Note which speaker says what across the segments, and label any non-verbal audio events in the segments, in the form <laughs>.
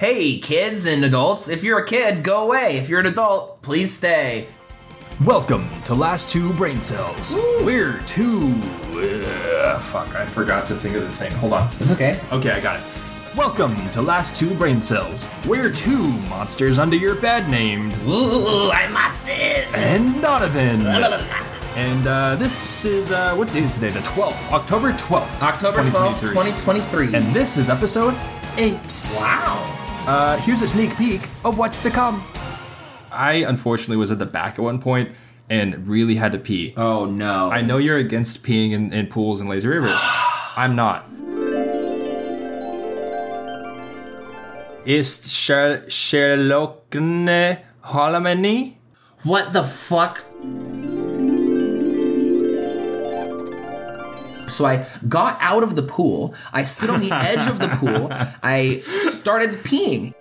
Speaker 1: hey, kids and adults, if you're a kid, go away. If you're an adult, please stay.
Speaker 2: Welcome to Last Two Brain Cells. We're two. uh, fuck, I forgot to think of the thing. Hold on.
Speaker 1: It's okay.
Speaker 2: Okay, I got it. Welcome to Last Two Brain Cells. We're two monsters under your bed named
Speaker 1: Ooh, I must it.
Speaker 2: and <laughs> Donovan. And uh, this is uh, what day is today? The 12th, October 12th,
Speaker 1: October 12th, 2023.
Speaker 2: And this is episode 8.
Speaker 1: wow.
Speaker 2: Uh, here's a sneak peek of what's to come. I unfortunately was at the back at one point and really had to pee.
Speaker 1: Oh, no.
Speaker 2: I know you're against peeing in, in pools and lazy <sighs> rivers. I'm not. Ist Sher- Sherlockne Holomeny?
Speaker 1: What the fuck? So I got out of the pool. I stood on the edge of the pool. I started peeing.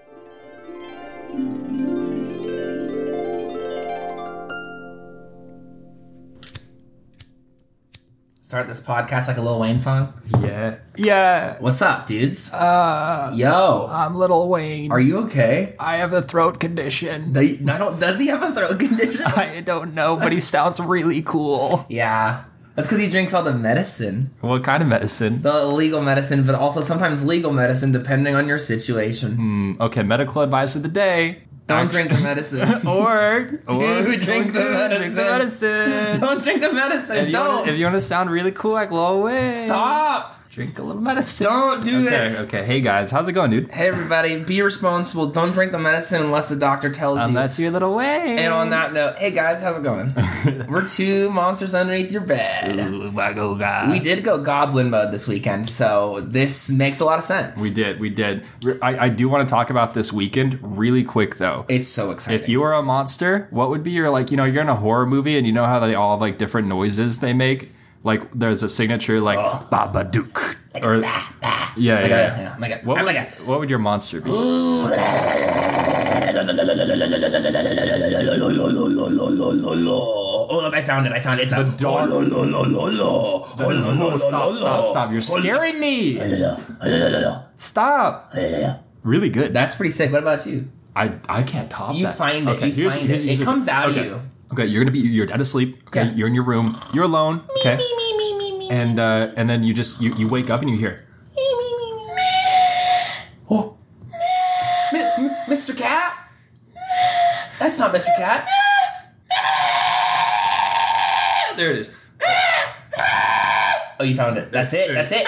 Speaker 1: Start this podcast like a Lil Wayne song.
Speaker 2: Yeah. Yeah,
Speaker 1: What's up, dudes? Uh, yo,
Speaker 2: I'm Little Wayne.
Speaker 1: are you okay?
Speaker 2: I have a throat condition. <laughs>
Speaker 1: They- I don't- does he have a throat condition?
Speaker 2: I don't know, but he sounds really cool.
Speaker 1: <laughs> Yeah. That's because he drinks all the medicine,
Speaker 2: What kind of medicine?
Speaker 1: the illegal medicine, but also sometimes legal medicine, depending on your situation.
Speaker 2: Okay, medical advice of the day.
Speaker 1: Don't drink the medicine. <laughs>
Speaker 2: <laughs> Or, or
Speaker 1: Dude, drink the
Speaker 2: Drink
Speaker 1: medicine.
Speaker 2: the medicine.
Speaker 1: Don't drink the medicine.
Speaker 2: if, you
Speaker 1: Don't.
Speaker 2: wanna, if you wanna sound really cool, like Lil Wayne,
Speaker 1: Stop.
Speaker 2: Drink a little medicine.
Speaker 1: Don't do
Speaker 2: Okay,
Speaker 1: it.
Speaker 2: okay. Hey guys, how's it going, dude?
Speaker 1: Hey, everybody, be responsible. Don't drink the medicine unless the doctor tells you.
Speaker 2: Unless you're Little Wayne.
Speaker 1: And on that note, hey guys, how's it
Speaker 2: <laughs>
Speaker 1: going? We're two monsters underneath your bed.
Speaker 2: Ooh, my God, God.
Speaker 1: We did go goblin mode this weekend, so this makes a lot of sense.
Speaker 2: We did. We did. Re- I, I do want to talk about this weekend really quick though.
Speaker 1: It's so exciting.
Speaker 2: If you were a monster, what would be your like? You know, you're in a horror movie, and you know how they all have like different noises they make. Like there's a signature like
Speaker 1: Oh.
Speaker 2: Baba Duke or yeah, yeah.
Speaker 1: yeah,
Speaker 2: yeah.
Speaker 1: yeah. I'm like a-
Speaker 2: What
Speaker 1: I'm
Speaker 2: would,
Speaker 1: like a-
Speaker 2: what would your monster be?
Speaker 1: <gasps> Oh, I found it. I found it. It's a
Speaker 2: dog-
Speaker 1: Oh, lo, lo, lo, lo, lo. Oh, lo, lo, lo,
Speaker 2: Stop!
Speaker 1: lo,
Speaker 2: Stop!
Speaker 1: lo.
Speaker 2: Stop! You're scaring me!
Speaker 1: Oh, lo, lo, lo, lo, lo.
Speaker 2: Stop! Really good.
Speaker 1: That's pretty sick. What about you?
Speaker 2: I I can't top
Speaker 1: You
Speaker 2: that.
Speaker 1: find it. You find it. It comes out of
Speaker 2: okay.
Speaker 1: you.
Speaker 2: Okay, you're gonna be you're dead asleep. Okay,
Speaker 1: Yeah.
Speaker 2: you're in your room. You're alone. Okay, and uh, and then you just you, you wake up and you hear
Speaker 1: Oh. M- M- Mr. Cat? That's not Mr. Cat.
Speaker 2: "Ah,
Speaker 1: There it is. Oh, you found it. That's it. That's it.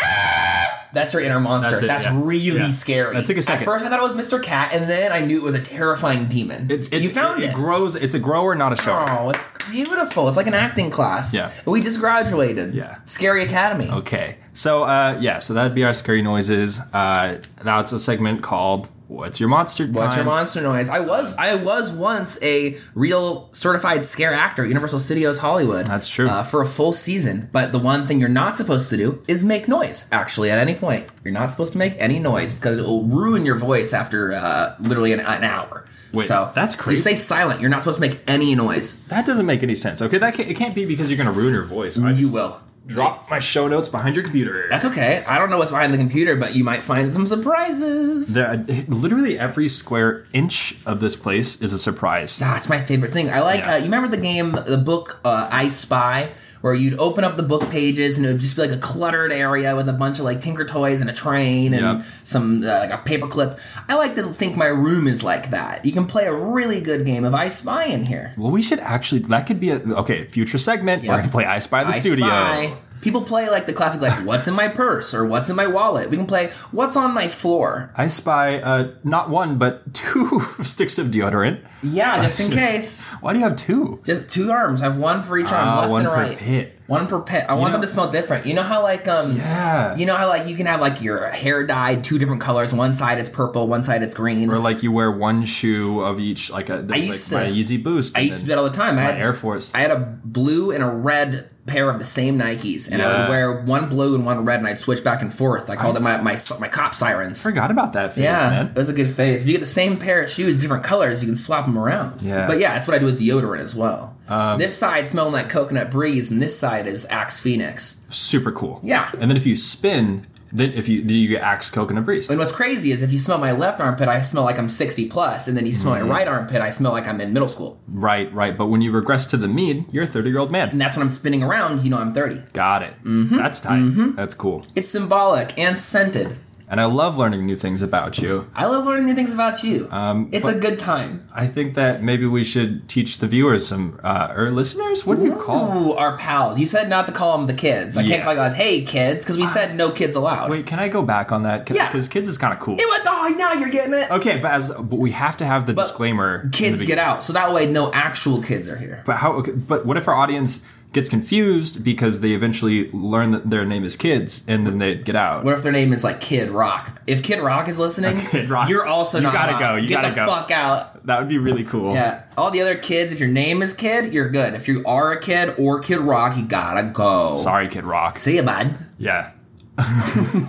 Speaker 1: That's your inner monster.
Speaker 2: That's
Speaker 1: That's,
Speaker 2: it, yeah.
Speaker 1: really
Speaker 2: Yeah.
Speaker 1: scary.
Speaker 2: That took a second.
Speaker 1: At first, I thought it was Mr. Cat, and then I knew it was a terrifying demon.
Speaker 2: it, it's,
Speaker 1: you found it.
Speaker 2: it. grows. It's a grower, not a shower.
Speaker 1: Oh, it's beautiful. It's like an acting class.
Speaker 2: Yeah.
Speaker 1: We just graduated.
Speaker 2: Yeah.
Speaker 1: Scary Academy.
Speaker 2: Okay, so uh, yeah, so that'd be our scary noises. Uh, that's a segment called "What's Your Monster?"
Speaker 1: What's your
Speaker 2: Time?"
Speaker 1: monster noise? I was I was once a real certified scare actor at Universal Studios Hollywood.
Speaker 2: That's true.
Speaker 1: Uh, for a full season, but the one thing you're not supposed to do is make noise. Actually, at any point, you're not supposed to make any noise because it will ruin your voice after uh, literally an, an hour.
Speaker 2: Wait,
Speaker 1: so
Speaker 2: that's
Speaker 1: You
Speaker 2: crazy.
Speaker 1: stay silent. You're not supposed to make any noise.
Speaker 2: That doesn't make any sense. Okay, that can't, it can't be because you're gonna ruin your voice. I
Speaker 1: You
Speaker 2: just
Speaker 1: will.
Speaker 2: drop my show notes behind your computer.
Speaker 1: That's okay. I don't know what's behind the computer, but you might find some surprises.
Speaker 2: There, literally every square inch of this place is a surprise.
Speaker 1: That's my favorite thing. I like.
Speaker 2: Yeah.
Speaker 1: Uh, you remember the game, the book, uh, I Spy, where you'd open up the book pages and it would just be like a cluttered area with a bunch of like Tinker Toys and a train and
Speaker 2: Yep.
Speaker 1: some uh, like a paperclip. I like to think my room is like that. You can play a really good game of I Spy in here.
Speaker 2: Well, we should actually. That could be a okay future segment.
Speaker 1: Yeah.
Speaker 2: We're gonna play I Spy the
Speaker 1: I
Speaker 2: Studio.
Speaker 1: Spy. People play like the classic, like "What's in my purse" or "What's in my wallet." We can play "What's on my floor."
Speaker 2: I spy uh, not one but <laughs> two sticks of deodorant.
Speaker 1: Yeah, just
Speaker 2: <laughs>
Speaker 1: in case.
Speaker 2: Why do you have two?
Speaker 1: Just two arms. I have one for each arm,
Speaker 2: Ah,
Speaker 1: left
Speaker 2: one
Speaker 1: and
Speaker 2: per
Speaker 1: right.
Speaker 2: pit.
Speaker 1: One per pit. I want
Speaker 2: know-
Speaker 1: them to smell different. You know how like um
Speaker 2: Yeah.
Speaker 1: You know how like you can have like your hair dyed two different colors. One side it's purple, one side it's green.
Speaker 2: Or like you wear one shoe of each. Like a there's
Speaker 1: used
Speaker 2: like
Speaker 1: to-
Speaker 2: my Yeezy Boost.
Speaker 1: I used to do that all the time. I had,
Speaker 2: Air Force.
Speaker 1: I had a blue and a red pair of the same Nikes, and I
Speaker 2: Yeah.
Speaker 1: would wear one blue and one red, and I'd switch back and forth. I called it my my my cop sirens.
Speaker 2: forgot about that phase,
Speaker 1: Yeah,
Speaker 2: man.
Speaker 1: it was a good phase. If you get the same pair of shoes, different colors, you can swap them around.
Speaker 2: Yeah. Um,
Speaker 1: but yeah, that's what I do with deodorant as well. this side smelling like coconut breeze, and this side is Axe Phoenix.
Speaker 2: Super cool.
Speaker 1: Yeah.
Speaker 2: And then if you spin, Then if you then you get axe, coke, and a breeze.
Speaker 1: And what's crazy is if you smell my left armpit, I smell like I'm 60 plus, and then you smell
Speaker 2: Mm-hmm.
Speaker 1: my right armpit, I smell like I'm in middle school.
Speaker 2: Right, right. But when you regress to the mean, you're a 30 year old man.
Speaker 1: And that's when I'm spinning around, you know I'm 30.
Speaker 2: Got it.
Speaker 1: Mm-hmm.
Speaker 2: That's tight. That's cool.
Speaker 1: It's symbolic and scented.
Speaker 2: And I love learning new things about you.
Speaker 1: I love learning new things about you.
Speaker 2: Um,
Speaker 1: it's
Speaker 2: but-
Speaker 1: a good time.
Speaker 2: I think that maybe we should teach the viewers some uh, or listeners. What do you call?
Speaker 1: Ooh, our pals. You said not to call them the kids. I
Speaker 2: Yeah. Ah.
Speaker 1: can't call you guys, hey kids, because we said no kids allowed.
Speaker 2: Wait, can I go back on that?
Speaker 1: Yeah.
Speaker 2: Because kids is kind of cool.
Speaker 1: It was, oh, now you're getting it.
Speaker 2: Okay, but as but we have to have the disclaimer. in Uh, the
Speaker 1: Kids
Speaker 2: beginning.
Speaker 1: get out, so that way no actual kids are here.
Speaker 2: But how? Okay, but what if our audience gets confused because they eventually learn that their name is kids and then they get out?
Speaker 1: What if their name is like Kid Rock? If Kid Rock is listening,
Speaker 2: Kid Rock.
Speaker 1: you're also
Speaker 2: You
Speaker 1: not.
Speaker 2: gotta
Speaker 1: allowed.
Speaker 2: go, you
Speaker 1: Get
Speaker 2: gotta
Speaker 1: the
Speaker 2: go.
Speaker 1: fuck out.
Speaker 2: That would be really cool.
Speaker 1: Yeah. All the other kids, if your name is Kid, you're good. If you are a kid or Kid Rock, you gotta go.
Speaker 2: Sorry, Kid Rock.
Speaker 1: See ya, bud.
Speaker 2: Yeah.
Speaker 1: Um,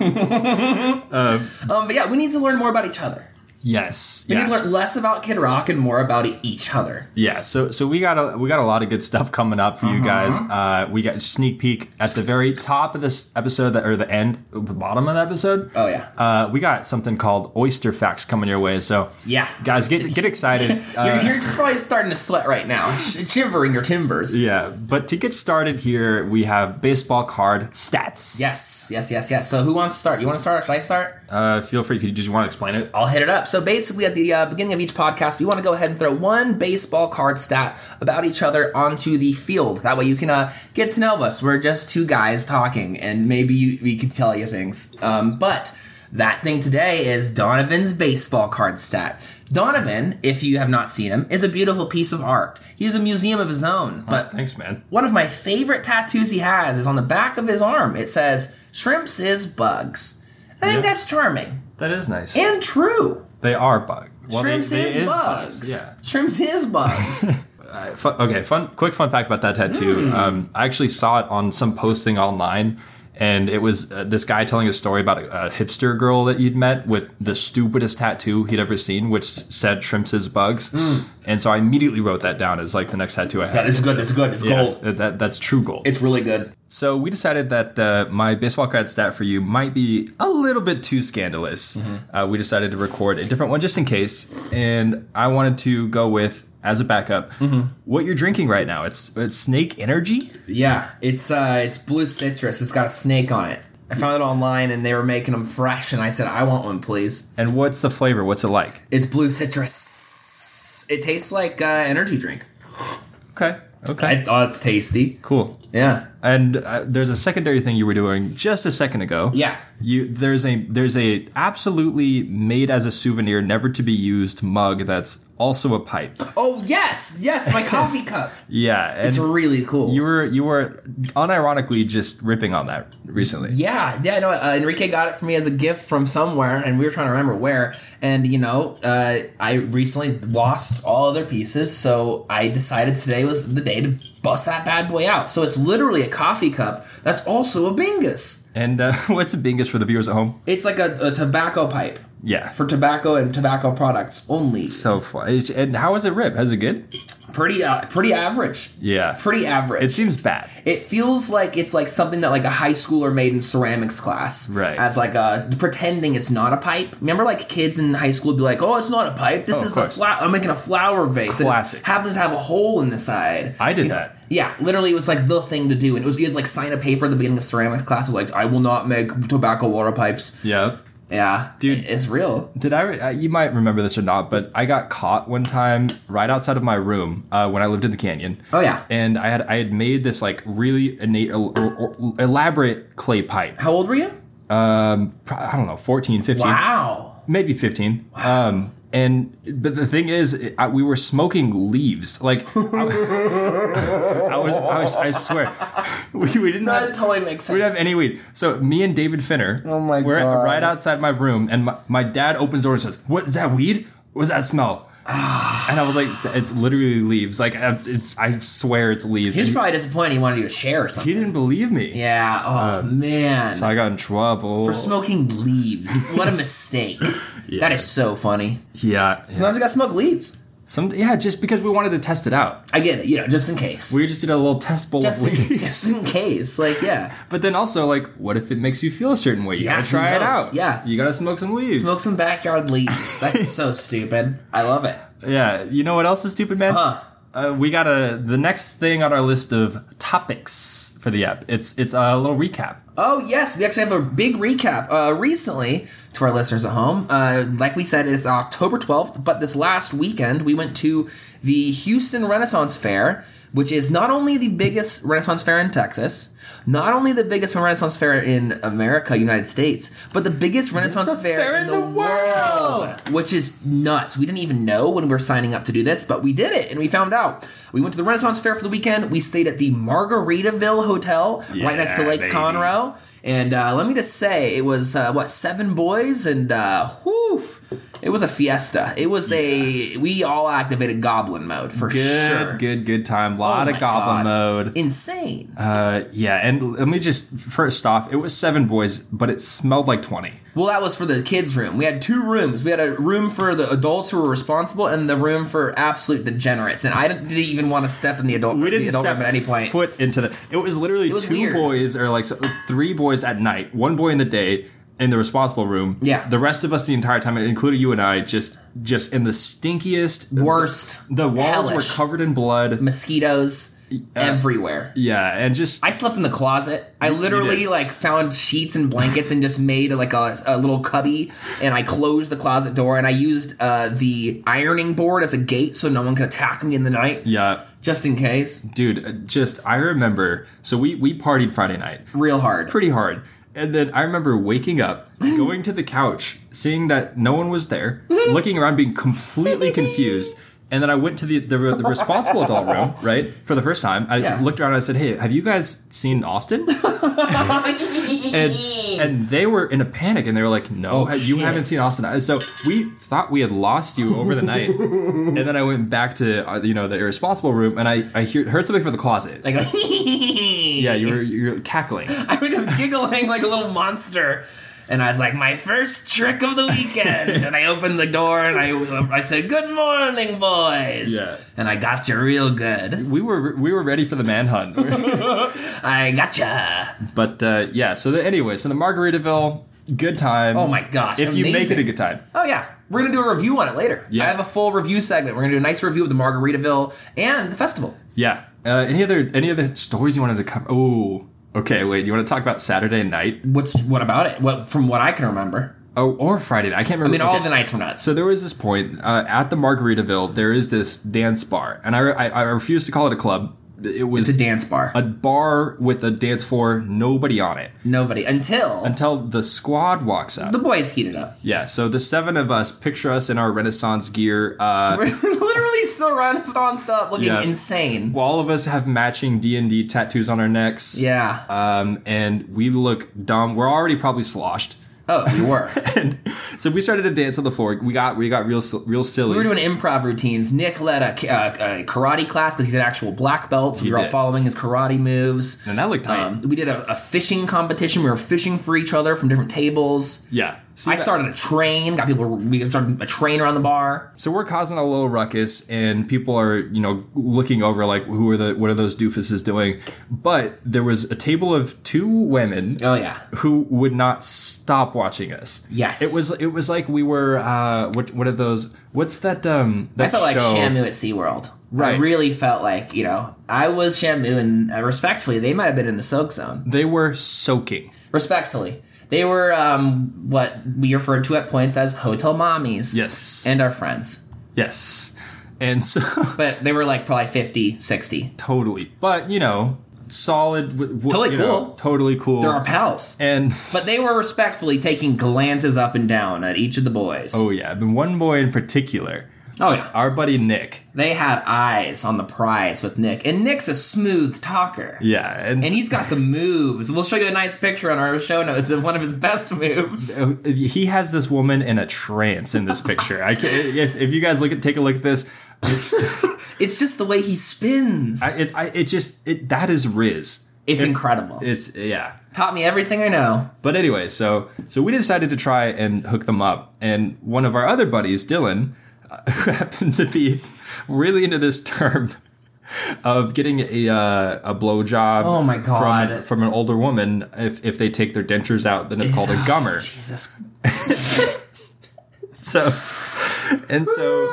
Speaker 1: but yeah, we need to learn more about each other.
Speaker 2: Yes.
Speaker 1: We
Speaker 2: yeah.
Speaker 1: need to learn less about Kid Rock and more about each other.
Speaker 2: Yeah, so so we got a we got a lot of good stuff coming up
Speaker 1: Uh-huh.
Speaker 2: for you guys. Uh, we got sneak peek at the very top of this episode, that, or the end, the bottom of the episode.
Speaker 1: Oh, yeah.
Speaker 2: uh, we got something called oyster facts coming your way. So
Speaker 1: Yeah.
Speaker 2: guys, get get excited.
Speaker 1: <laughs> You're,
Speaker 2: Uh,
Speaker 1: you're just probably starting to sweat right
Speaker 2: <laughs>
Speaker 1: now, sh- shivering your timbers.
Speaker 2: yeah, but to get started here, we have baseball card stats.
Speaker 1: Yes, yes, yes, yes. So who wants to start? You want to start or should I start?
Speaker 2: Uh, feel free. Could you just want to explain it?
Speaker 1: I'll hit it up. So basically, at the uh, beginning of each podcast, we want to go ahead and throw one baseball card stat about each other onto the field. That way, you can uh, get to know us. We're just two guys talking, and maybe you, we could tell you things. Um, but that thing today is Donovan's baseball card stat. Donovan, if you have not seen him, is a beautiful piece of art. He's a museum of his own. But
Speaker 2: Uh, Thanks, man.
Speaker 1: one of my favorite tattoos he has is on the back of his arm. It says "Shrimps is bugs." I think
Speaker 2: Yeah.
Speaker 1: that's charming
Speaker 2: That is nice.
Speaker 1: and true.
Speaker 2: they are bugs. Well, they-
Speaker 1: Shrimps
Speaker 2: they
Speaker 1: is, bugs.
Speaker 2: Yeah.
Speaker 1: Shrimps is bugs.
Speaker 2: Fu okay, fun. Quick fun fact about that tattoo. Um, I actually saw it on some posting online, and it was uh, this guy telling a story about a, a hipster girl that you'd met with the stupidest tattoo he'd ever seen, which said "shrimps is bugs." And so I immediately wrote that down as like the next tattoo I
Speaker 1: <laughs>
Speaker 2: had.
Speaker 1: it's good. It's good. It's
Speaker 2: Yeah, that- that- that's true gold.
Speaker 1: It's really good.
Speaker 2: so we decided that uh, my baseball card stat for you might be a little bit too scandalous.
Speaker 1: Mm-hmm.
Speaker 2: Uh, we decided to record a different one just in case, and I wanted to go with as a backup
Speaker 1: Mm-hmm.
Speaker 2: what you're drinking right now. It's it's Snake Energy.
Speaker 1: Yeah, it's uh, it's blue citrus. It's got a snake on it. I found it online and they were making them fresh, and I said, "I want one, please."
Speaker 2: And what's the flavor? What's it like?
Speaker 1: It's blue citrus. It tastes like uh, energy drink.
Speaker 2: Okay, okay,
Speaker 1: I thought it's tasty.
Speaker 2: cool.
Speaker 1: Yeah,
Speaker 2: And uh, there's a secondary thing you were doing just a second ago.
Speaker 1: yeah.
Speaker 2: You there's a there's a absolutely made as a souvenir, never to be used mug that's also a pipe.
Speaker 1: Oh yes, yes. My coffee <laughs> cup.
Speaker 2: Yeah, and
Speaker 1: It's really cool.
Speaker 2: You were you were unironically just ripping on that recently.
Speaker 1: Yeah, yeah, no. Uh, Enrique got it for me as a gift from somewhere, and we were trying to remember where. And you know, uh, I recently lost all other pieces, so I decided today was the day to bust that bad boy out. So it's literally a coffee cup that's also a bingus.
Speaker 2: And uh, <laughs> what's a bingus for the viewers at home?
Speaker 1: It's like a, a tobacco pipe
Speaker 2: Yeah,
Speaker 1: for tobacco and tobacco products only.
Speaker 2: so fun. It's- And how is it rip? Is it good?
Speaker 1: Pretty, uh, pretty average.
Speaker 2: Yeah,
Speaker 1: Pretty average.
Speaker 2: it seems bad.
Speaker 1: it feels like it's like something that like a high schooler made in ceramics class
Speaker 2: Right.
Speaker 1: as like a pretending it's not a pipe remember like kids in high school would be like oh it's not a pipe this
Speaker 2: Oh, of
Speaker 1: is a
Speaker 2: course.
Speaker 1: flower i'm making a flower vase that just
Speaker 2: Classic.
Speaker 1: happens to have a hole in the side
Speaker 2: I did
Speaker 1: You know?
Speaker 2: that.
Speaker 1: yeah literally it was like the thing to do and it was you'd like sign a paper at the beginning of ceramics class of like i will not make tobacco water pipes
Speaker 2: Yeah,
Speaker 1: yeah
Speaker 2: Dude.
Speaker 1: it- it's real
Speaker 2: did I? Re- uh, you might remember this or not, but I got caught one time right outside of my room uh, when I lived in the canyon.
Speaker 1: oh yeah
Speaker 2: and I had I had made this like really innate el- el- el- elaborate clay pipe.
Speaker 1: how old were you
Speaker 2: Pro- I don't know, 14, 15.
Speaker 1: wow
Speaker 2: maybe 15 um and but the thing is I, we were smoking leaves
Speaker 1: <laughs>
Speaker 2: like I, I was i was i swear <laughs> we, we didn't
Speaker 1: that
Speaker 2: have,
Speaker 1: totally makes sense
Speaker 2: we didn't have any weed so me and david finner oh
Speaker 1: my
Speaker 2: we're
Speaker 1: God.
Speaker 2: right outside my room and my, my dad opens the door and says what is that weed what's that smell
Speaker 1: Ah.
Speaker 2: and i was like it's literally leaves like I- it's i swear it's leaves
Speaker 1: he was
Speaker 2: And
Speaker 1: probably disappointed he wanted you to share or
Speaker 2: he
Speaker 1: something
Speaker 2: didn't believe me
Speaker 1: yeah oh man
Speaker 2: so i got in trouble
Speaker 1: For smoking <laughs> leaves. What a mistake. That is so funny.
Speaker 2: yeah, yeah.
Speaker 1: Sometimes I gotta smoke leaves.
Speaker 2: Some yeah, just because we wanted to test it out.
Speaker 1: I get it. Yeah, just in case.
Speaker 2: We just did a little test bowl
Speaker 1: just,
Speaker 2: of
Speaker 1: in,
Speaker 2: weed.
Speaker 1: <laughs> just in case. Like, yeah.
Speaker 2: But then also like, what if it makes you feel a certain way? You
Speaker 1: Yeah,
Speaker 2: gotta
Speaker 1: who
Speaker 2: try it
Speaker 1: knows?
Speaker 2: out.
Speaker 1: Yeah.
Speaker 2: You gotta smoke some leaves.
Speaker 1: Smoke some backyard leaves. That's <laughs> so stupid. I love it.
Speaker 2: Yeah. You know what else is stupid, man?
Speaker 1: Huh.
Speaker 2: Uh, we got a the next thing on our list of topics for the app. It's it's a little recap.
Speaker 1: Oh yes, we actually have a big recap uh, recently to our listeners at home. Uh, like we said, it's October twelfth, but this last weekend we went to the Houston Renaissance Fair, which is not only the biggest Renaissance Fair in Texas, not only the biggest Renaissance Fair in America, United States, but the biggest Renaissance
Speaker 2: Renaissance
Speaker 1: Fair, in, the,
Speaker 2: Oh,
Speaker 1: world, Oh, which is nuts. We didn't even know when we were signing up to do this, but we did it, and we found out. We went to the Renaissance Fair for the weekend. We stayed at the Margaritaville Hotel, right next to
Speaker 2: Yeah,
Speaker 1: Lake
Speaker 2: baby.
Speaker 1: Conroe. And uh, let me just say, it was uh, what seven boys and uh, whew, it was a fiesta. It was a we all activated goblin mode for
Speaker 2: Good,
Speaker 1: sure.
Speaker 2: good, good time. lot
Speaker 1: Oh
Speaker 2: of
Speaker 1: my God.
Speaker 2: goblin mode.
Speaker 1: Insane.
Speaker 2: Uh, yeah, and let me just first off, it was seven boys, but it smelled like twenty.
Speaker 1: Well, that was for the kids' room. We had two rooms. We had a room for the adults who were responsible, and the room for absolute degenerates. And I didn't, didn't even want to step in the adult. the adult room at any point.
Speaker 2: foot into the. It was literally
Speaker 1: was
Speaker 2: two
Speaker 1: weird.
Speaker 2: boys or like so, three boys at night, one boy in the day in the responsible room.
Speaker 1: Yeah.
Speaker 2: the rest of us the entire time, including you and I, just just in the stinkiest,
Speaker 1: Worst.
Speaker 2: The walls
Speaker 1: Hellish.
Speaker 2: were covered in blood.
Speaker 1: mosquitoes
Speaker 2: Uh,
Speaker 1: everywhere.
Speaker 2: Yeah, and just
Speaker 1: I slept in the closet. I literally
Speaker 2: did.
Speaker 1: like found sheets and blankets and just made like a, a little cubby. And I closed the closet door and I used uh, the ironing board as a gate so no one could attack me in the night,
Speaker 2: yeah,
Speaker 1: just in case.
Speaker 2: dude, uh, just I remember. So we we partied Friday night.
Speaker 1: Real hard.
Speaker 2: pretty hard. And then I remember waking up,
Speaker 1: <laughs>
Speaker 2: going to the couch, seeing that no one was there, looking around, being completely confused. And then I went to the, the, the responsible
Speaker 1: <laughs>
Speaker 2: adult room, right, for the first time. I
Speaker 1: Yeah. Oh,
Speaker 2: looked around and I said, Hey, have you guys
Speaker 1: <laughs>
Speaker 2: seen Austin? and, and they were in a panic and they were like, No, you
Speaker 1: Oh, shit.
Speaker 2: haven't seen Austin. And So we thought we had lost you over
Speaker 1: <laughs>
Speaker 2: the night. and then I went back to, uh, you know, the irresponsible room and I, I hear, heard something from the closet.
Speaker 1: <laughs> Like,
Speaker 2: yeah, you were, you were cackling.
Speaker 1: <laughs> I was just giggling like a little monster. And I was like, my first trick of the weekend. and I opened the door and I, I said, good morning, boys.
Speaker 2: Yeah.
Speaker 1: And I got you real good.
Speaker 2: We were we were ready for the manhunt, <laughs>
Speaker 1: I gotcha.
Speaker 2: but uh, yeah. So the, anyway, so the Margaritaville, good time.
Speaker 1: Oh my gosh,
Speaker 2: If you make it a
Speaker 1: amazing.
Speaker 2: good time,
Speaker 1: Oh yeah, we're gonna do a review on it later.
Speaker 2: Yeah.
Speaker 1: I have a full review segment. We're gonna do a nice review of the Margaritaville and the festival.
Speaker 2: yeah. Uh, any other any other stories you wanted to cover? Oh, okay. Wait, you want to talk about Saturday night?
Speaker 1: What's what about it? What from what I can remember?
Speaker 2: Oh, or Friday? night. I can't
Speaker 1: I
Speaker 2: remember.
Speaker 1: mean, all
Speaker 2: okay.
Speaker 1: the nights were nuts.
Speaker 2: So there was this point uh, at the Margaritaville. There is this dance bar, and I, I I refuse to call it a club. It was
Speaker 1: It's a dance bar.
Speaker 2: a bar with a dance floor, nobody on it,
Speaker 1: Nobody until
Speaker 2: until the squad walks up.
Speaker 1: the boys heated up.
Speaker 2: yeah. So the seven of us picture us in our Renaissance gear. Uh,
Speaker 1: <laughs> We're literally still running on stuff, looking
Speaker 2: Yeah.
Speaker 1: insane.
Speaker 2: Well, all of us have matching D and D tattoos on our necks.
Speaker 1: yeah.
Speaker 2: Um, and we look dumb. We're already probably sloshed.
Speaker 1: oh, we
Speaker 2: <laughs>
Speaker 1: were.
Speaker 2: So we started to dance on the floor. We got we got real si- real silly.
Speaker 1: we were doing improv routines. Nick led a, a, a karate class because he's an actual black belt. So we were all
Speaker 2: did.
Speaker 1: following his karate moves.
Speaker 2: and that looked tight.
Speaker 1: Um, we did a, a fishing competition. We were fishing for each other from different tables.
Speaker 2: yeah. See
Speaker 1: I
Speaker 2: that-
Speaker 1: started a train. Got people. We started a train around the bar.
Speaker 2: So we're causing a little ruckus, and people are you know looking over like who are the what are those doofuses doing? But there was a table of two women.
Speaker 1: Oh yeah,
Speaker 2: who would not stop watching us?
Speaker 1: Yes.
Speaker 2: it was it was like we were uh, what what are those? What's that? Um, that
Speaker 1: I felt like
Speaker 2: show?
Speaker 1: Shamu at SeaWorld. I
Speaker 2: Right.
Speaker 1: really felt like you know I was Shamu, and uh, respectfully, they might have been in the soak zone.
Speaker 2: They were soaking.
Speaker 1: Respectfully, they were um, what we referred to at points as hotel mommies.
Speaker 2: Yes.
Speaker 1: and our friends,
Speaker 2: Yes. And so <laughs>
Speaker 1: but they were like probably 50, 60.
Speaker 2: totally. But, you know, solid w- w-
Speaker 1: Totally
Speaker 2: you know,
Speaker 1: cool.
Speaker 2: totally cool.
Speaker 1: They're our pals.
Speaker 2: and
Speaker 1: But they were respectfully taking glances up and down at each of the boys.
Speaker 2: <laughs> oh yeah, but one boy in particular,
Speaker 1: oh yeah.
Speaker 2: our buddy Nick.
Speaker 1: They had eyes on the prize with Nick, and Nick's a smooth talker.
Speaker 2: Yeah, and,
Speaker 1: And he's got the moves. We'll show you a nice picture on our show notes of one of his best moves.
Speaker 2: so uh, he has this woman in a trance in this picture. I can, if, if you guys look at take a look at this,
Speaker 1: It's just the way he spins.
Speaker 2: I, it I, it just it that is Riz.
Speaker 1: it's
Speaker 2: If-
Speaker 1: incredible.
Speaker 2: It's yeah.
Speaker 1: Taught me everything I know.
Speaker 2: But anyway, so so we decided to try and hook them up, and one of our other buddies, Dylan, who <laughs> happened to be really into this term of getting a uh, a blowjob.
Speaker 1: Oh my God.
Speaker 2: From, from an older woman, if if they take their dentures out, then it's, called a gummer.
Speaker 1: <laughs> Jesus.
Speaker 2: So and so.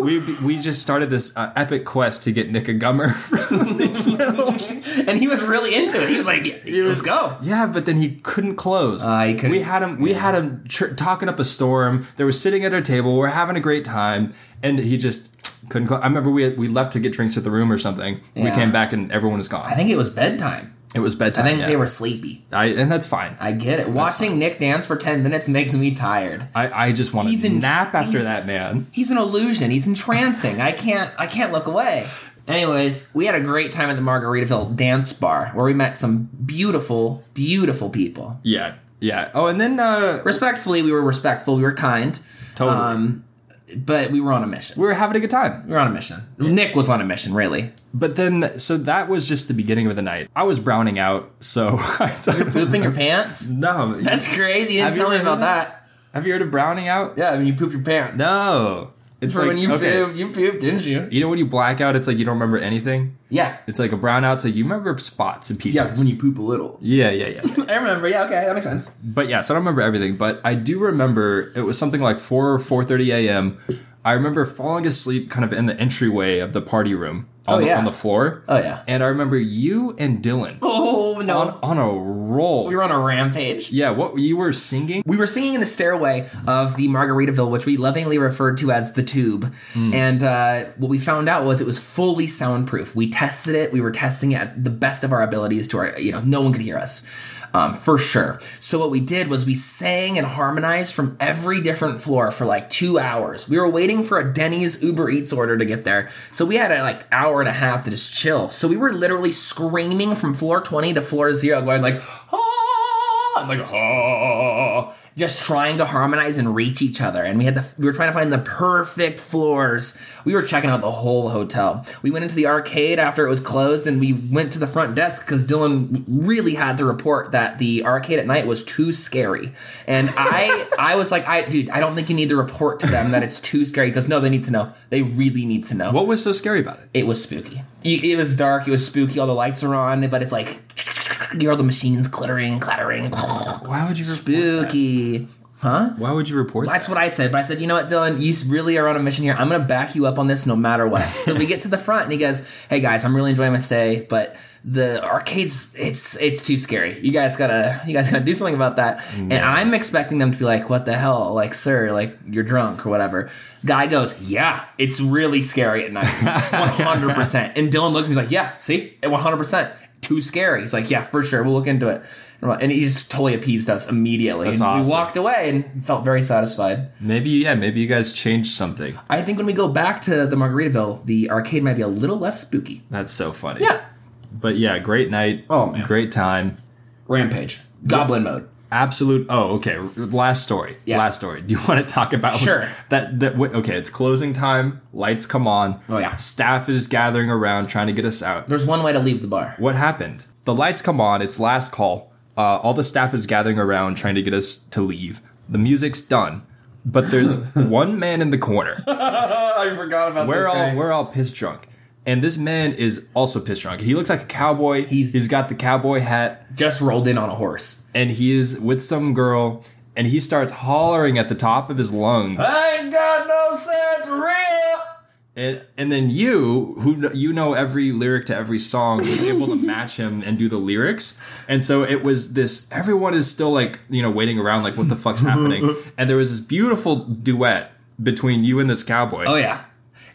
Speaker 2: We, we just started this uh, epic quest to get Nick a gummer <laughs> from these metals.
Speaker 1: And he was really into it. He was like, let's go.
Speaker 2: Yeah, but then he couldn't close.
Speaker 1: Uh, he couldn't-
Speaker 2: we had him. We had him tr- talking up a storm. They were sitting at our table. We're having a great time, and he just couldn't. Cl- I remember we we left to get drinks at the room or something. We
Speaker 1: Yeah.
Speaker 2: came back and everyone was gone.
Speaker 1: I think it was bedtime.
Speaker 2: It was bedtime.
Speaker 1: I think
Speaker 2: yeah.
Speaker 1: they were sleepy.
Speaker 2: I, and that's fine. I
Speaker 1: I get it. Watching Nick dance for 10 minutes makes me tired.
Speaker 2: I, just want
Speaker 1: He's
Speaker 2: to
Speaker 1: in-
Speaker 2: nap after
Speaker 1: he's-
Speaker 2: that man.
Speaker 1: He's an illusion. He's entrancing. I can't I can't look away. Anyways, we had a great time at the Margaritaville dance bar where we met some beautiful, beautiful people.
Speaker 2: Yeah, yeah. Oh, and then uh,
Speaker 1: Respectfully, we were respectful, we were kind.
Speaker 2: Totally.
Speaker 1: Um, but we were on a mission.
Speaker 2: we were having a good time.
Speaker 1: We were on a mission. Nick was on a mission, really.
Speaker 2: But then, so that was just the beginning of the night. I was browning out, so <laughs> I
Speaker 1: <laughs> Pooping your pants?
Speaker 2: no.
Speaker 1: That's crazy. You didn't
Speaker 2: Have you
Speaker 1: tell me
Speaker 2: ever
Speaker 1: about
Speaker 2: done
Speaker 1: that.
Speaker 2: Have you heard of browning out?
Speaker 1: Yeah, when you poop your pants.
Speaker 2: No. It's
Speaker 1: For
Speaker 2: like,
Speaker 1: when you
Speaker 2: okay.
Speaker 1: pooped, you pooped, didn't you?
Speaker 2: You know when you black out, it's like you don't remember anything.
Speaker 1: Yeah.
Speaker 2: It's like a brownout. It's like you remember spots and pieces.
Speaker 1: you poop a little.
Speaker 2: Yeah, yeah, yeah. <laughs>
Speaker 1: I remember. Yeah, okay, that makes sense.
Speaker 2: but yeah, so I don't remember everything, but I do remember it was something like four or four thirty a.m. I remember falling asleep kind of in the entryway of the party room on,
Speaker 1: Oh,
Speaker 2: the,
Speaker 1: yeah.
Speaker 2: on the floor.
Speaker 1: Oh, yeah.
Speaker 2: and I remember you and
Speaker 1: <gasps>
Speaker 2: Dylan
Speaker 1: Oh, no.
Speaker 2: on, on a roll.
Speaker 1: we were on a rampage.
Speaker 2: yeah, what you were singing?
Speaker 1: We were singing in the stairway of the Margaritaville, which we lovingly referred to as the tube. And uh, what we found out was it was fully soundproof. We tested it. We were testing it at the best of our abilities to our, you know, no one could hear us. Um, for sure. So what we did was we sang and harmonized from every different floor for like two hours. We were waiting for a Denny's Uber Eats order to get there, so we had a like hour and a half to just chill. So we were literally screaming from floor twenty to floor zero, going like, ah, I'm like, ah, just trying to harmonize and reach each other. And we had the we were trying to find the perfect floors. We were checking out the whole hotel. We went into the arcade after it was closed, and we went to the front desk because Dylan really had to report that the arcade at night was too scary. And I I was like, I dude, I don't think you need to report to them that it's too scary because no, they need to know. They really need to know
Speaker 2: What was so scary about it?
Speaker 1: it was spooky. It it was dark. It was spooky. All the lights are on, but it's like you hear all the machines clittering and clattering.
Speaker 2: Why would you report?
Speaker 1: Spooky. Huh?
Speaker 2: Why would you report? that?
Speaker 1: That's what I said. But I said, you know what, Dylan, you really are on a mission here. I'm going to back you up on this no matter what. so we get to the front, and he goes, "Hey guys, I'm really enjoying my stay, but the arcades, it's it's too scary. You guys gotta you guys gotta do something about that." And I'm expecting them to be like, "What the hell, like sir, like you're drunk or whatever." Guy goes, "Yeah, it's really scary at night, 100." percent And Dylan looks at me he's like, "Yeah, see, at 100 percent." Too scary. He's like, yeah, for sure. We'll look into it. And he just totally appeased us immediately.
Speaker 2: That's
Speaker 1: and
Speaker 2: awesome.
Speaker 1: We walked away and felt very satisfied.
Speaker 2: Maybe yeah, maybe you guys changed something.
Speaker 1: I think when we go back to the Margaritaville, the arcade might be a little less spooky.
Speaker 2: That's so funny.
Speaker 1: Yeah.
Speaker 2: But yeah, great night.
Speaker 1: Oh, man.
Speaker 2: Great time.
Speaker 1: Rampage. Goblin mode.
Speaker 2: Absolute. Oh, okay. Last story.
Speaker 1: Yes.
Speaker 2: Last story. Do you want to talk about
Speaker 1: Sure.
Speaker 2: that? That wait, okay. It's closing time. Lights come on.
Speaker 1: Oh, yeah.
Speaker 2: Staff is gathering around trying to get us out.
Speaker 1: There's one way to leave the bar.
Speaker 2: What happened? The lights come on. It's last call. Uh, all the staff is gathering around trying to get us to leave. The music's done,
Speaker 1: <laughs>
Speaker 2: but there's one man in the corner.
Speaker 1: I forgot about
Speaker 2: We're all we're all piss drunk, and this man is also piss drunk. He looks like a cowboy.
Speaker 1: He's-
Speaker 2: he's got the cowboy hat
Speaker 1: just rolled in on a horse.
Speaker 2: and he is with some girl and he starts hollering at the top of his lungs
Speaker 1: I ain't got no sense for real.
Speaker 2: and, and then you who kn- you know every lyric to every song was able to match him and do the lyrics and so it was this everyone is still like you know waiting around like what the fuck's happening and there was this beautiful duet between you and this cowboy
Speaker 1: Oh yeah.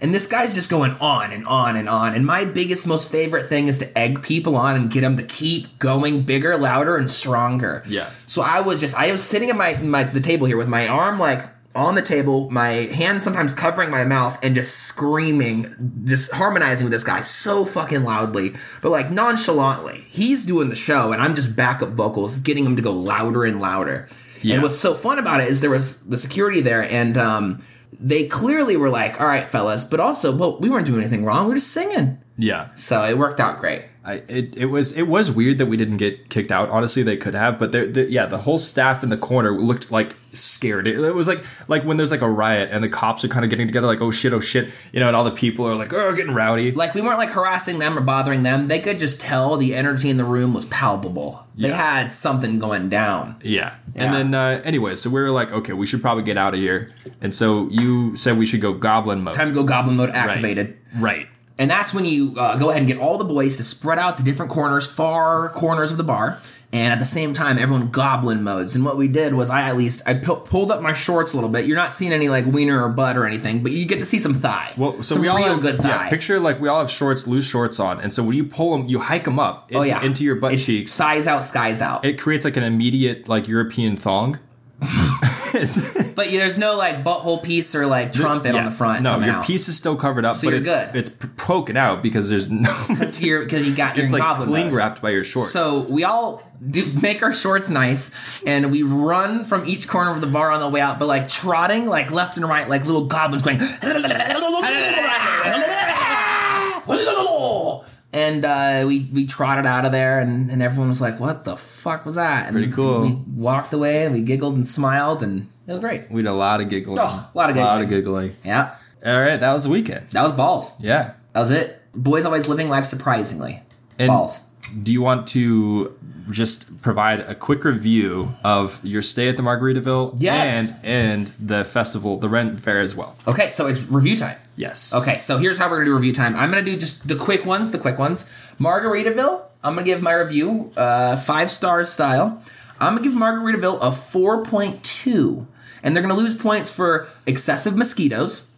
Speaker 1: And this guy's just going on and on and on. And my biggest, most favorite thing is to egg people on and get them to keep going bigger, louder, and stronger.
Speaker 2: Yeah.
Speaker 1: So I was just, I was sitting at my, my the table here with my arm like on the table, my hand sometimes covering my mouth, and just screaming, just harmonizing with this guy so fucking loudly, but like nonchalantly. He's doing the show, and I'm just backup vocals, getting him to go louder and louder.
Speaker 2: Yeah.
Speaker 1: And what's so fun about it is there was the security there, and um, they clearly were like, "All right, fellas," but also, well, we weren't doing anything wrong. We were just singing.
Speaker 2: Yeah,
Speaker 1: So it worked out great.
Speaker 2: I, it, it was it was weird that we didn't get kicked out. Honestly, they could have, but there, the, yeah, the whole staff in the corner looked like scared. It, it was like like when there's like a riot and the cops are kind of getting together, like oh shit, oh shit, you know, and all the people are like oh getting rowdy.
Speaker 1: Like we weren't like harassing them or bothering them. They could just tell the energy in the room was palpable. They
Speaker 2: Yeah.
Speaker 1: had something going down.
Speaker 2: Yeah.
Speaker 1: Yeah.
Speaker 2: And then uh, anyway, so we were like, okay, we should probably get out of here. And so you said we should go goblin mode.
Speaker 1: Time to go goblin mode
Speaker 2: Right.
Speaker 1: activated.
Speaker 2: Right.
Speaker 1: And that's when you uh, go ahead and get all the boys to spread out to different corners, far corners of the bar. And at the same time, everyone goblin modes. And what we did was, I at least I pu- pulled up my shorts a little bit. You're not seeing any like wiener or butt or anything, but you get to see some thigh.
Speaker 2: Well, so
Speaker 1: some
Speaker 2: we all
Speaker 1: real
Speaker 2: have,
Speaker 1: good thigh.
Speaker 2: Yeah, picture like we all have shorts, loose shorts on, and so when you pull them, you hike them up into,
Speaker 1: oh yeah,
Speaker 2: into your butt
Speaker 1: It's
Speaker 2: cheeks.
Speaker 1: Thighs out, skies out.
Speaker 2: it creates like an immediate like
Speaker 1: <laughs>
Speaker 2: European thong. It's-
Speaker 1: but yeah, there's no like butthole piece or like trumpet on
Speaker 2: yeah.
Speaker 1: the front.
Speaker 2: No,
Speaker 1: coming
Speaker 2: your
Speaker 1: out.
Speaker 2: piece is still covered up,
Speaker 1: So
Speaker 2: but
Speaker 1: you're
Speaker 2: it's
Speaker 1: good.
Speaker 2: it's p- poking out because there's no.
Speaker 1: because you because you got your
Speaker 2: It's like
Speaker 1: goblin
Speaker 2: cling
Speaker 1: mode.
Speaker 2: wrapped by your shorts.
Speaker 1: So we all do make our shorts nice, and we run from each corner of the bar on the way out, but like trotting, like left and right, like little goblins going. <laughs> And uh, we we trotted out of there, and, and everyone was like, "What the fuck was that?" And
Speaker 2: Pretty cool.
Speaker 1: We walked away, and we giggled and smiled, and it was great.
Speaker 2: we had a lot of giggling.
Speaker 1: Oh, a lot of
Speaker 2: lot of giggling.
Speaker 1: Yeah,
Speaker 2: All right, that was the weekend.
Speaker 1: that was balls.
Speaker 2: Yeah.
Speaker 1: That was it. Boys always living life surprisingly.
Speaker 2: And-
Speaker 1: balls.
Speaker 2: Do you want to just provide a quick review of your stay at the Margaritaville?
Speaker 1: Yes.
Speaker 2: And and the festival, the rent fair as well.
Speaker 1: Okay, so it's review time.
Speaker 2: Yes.
Speaker 1: Okay, so here's how we're gonna do review time. I'm gonna do just the quick ones, the quick ones. Margaritaville, I'm gonna give my review uh, five stars style. I'm gonna give Margaritaville a 4.2, and they're gonna lose points for excessive mosquitoes,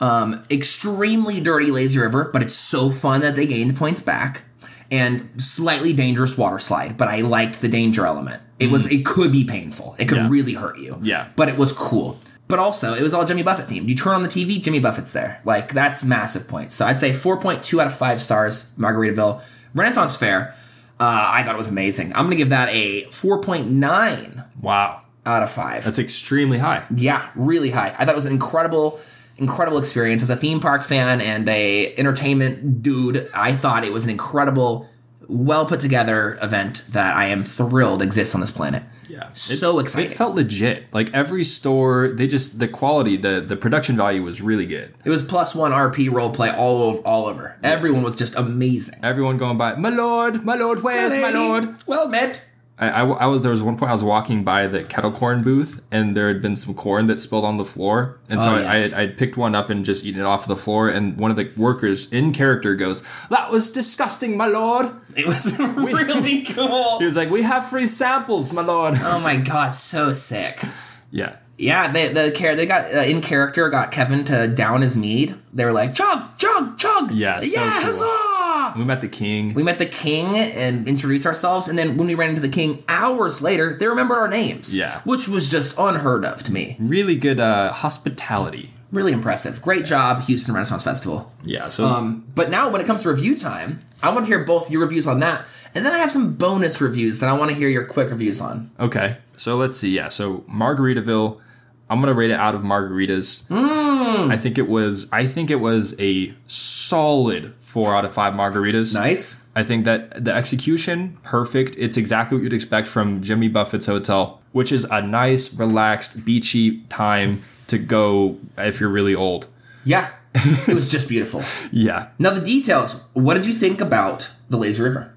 Speaker 1: um, extremely dirty lazy river, but it's so fun that they gained points back, and slightly dangerous water slide. But I liked the danger element. It was it could be painful. It could
Speaker 2: Mm. Yeah.
Speaker 1: really hurt you
Speaker 2: Yeah.
Speaker 1: but it was cool. But also, it was all Jimmy Buffett themed. You turn on the TV, Jimmy Buffett's there. Like that's massive points. So I'd say 4.2 out of five stars. Margaritaville Renaissance Fair. Uh, I thought it was amazing. I'm gonna give that a 4.9
Speaker 2: Wow.
Speaker 1: out of five.
Speaker 2: That's extremely high.
Speaker 1: yeah, really high. I thought it was an incredible, incredible experience as a theme park fan and a entertainment dude. I thought it was an incredible, well put together event that I am thrilled exists on this planet.
Speaker 2: Yeah. It-
Speaker 1: So exciting.
Speaker 2: It felt legit. Like every store, they just the quality, the the production value was really good.
Speaker 1: It was plus one RP roleplay all over. All over. Everyone was just amazing.
Speaker 2: Everyone going by, my lord, my lord, where's my lord?
Speaker 1: Well met.
Speaker 2: I, I, I was there was one point I was walking by the kettle corn booth and there had been some corn that spilled on the floor and so
Speaker 1: Oh,
Speaker 2: I I,
Speaker 1: yes.
Speaker 2: had, I had picked one up and just eaten it off the floor and one of the workers in character goes that was disgusting my lord
Speaker 1: It was <laughs> really cool.
Speaker 2: he was like we have free samples my lord
Speaker 1: Oh my god, so sick.
Speaker 2: yeah
Speaker 1: Yeah, they the care they got uh, in character got Kevin to down his mead. They were like chug chug chug.
Speaker 2: Yeah, so
Speaker 1: yeah,
Speaker 2: cool.
Speaker 1: huzzah!
Speaker 2: we met the king
Speaker 1: We met the king and introduced ourselves, and then when we ran into the king hours later, they remembered our names.
Speaker 2: Yeah.
Speaker 1: which was just unheard of to me.
Speaker 2: really good uh, hospitality
Speaker 1: Really impressive. Great job, Houston Renaissance Festival.
Speaker 2: yeah so
Speaker 1: Um, but now, when it comes to review time, I want to hear both your reviews on that, and then I have some bonus reviews that I want to hear your quick reviews on.
Speaker 2: okay so let's see yeah so Margaritaville I'm gonna rate it out of margaritas I think it was I think it was a solid four out of five margaritas
Speaker 1: Nice.
Speaker 2: I think that the execution, perfect. It's exactly what you'd expect from Jimmy Buffett's hotel, which is a nice, relaxed, beachy time to go if you're really old.
Speaker 1: Yeah, it was just beautiful.
Speaker 2: Yeah.
Speaker 1: Now the details. What did you think about the Lazy River?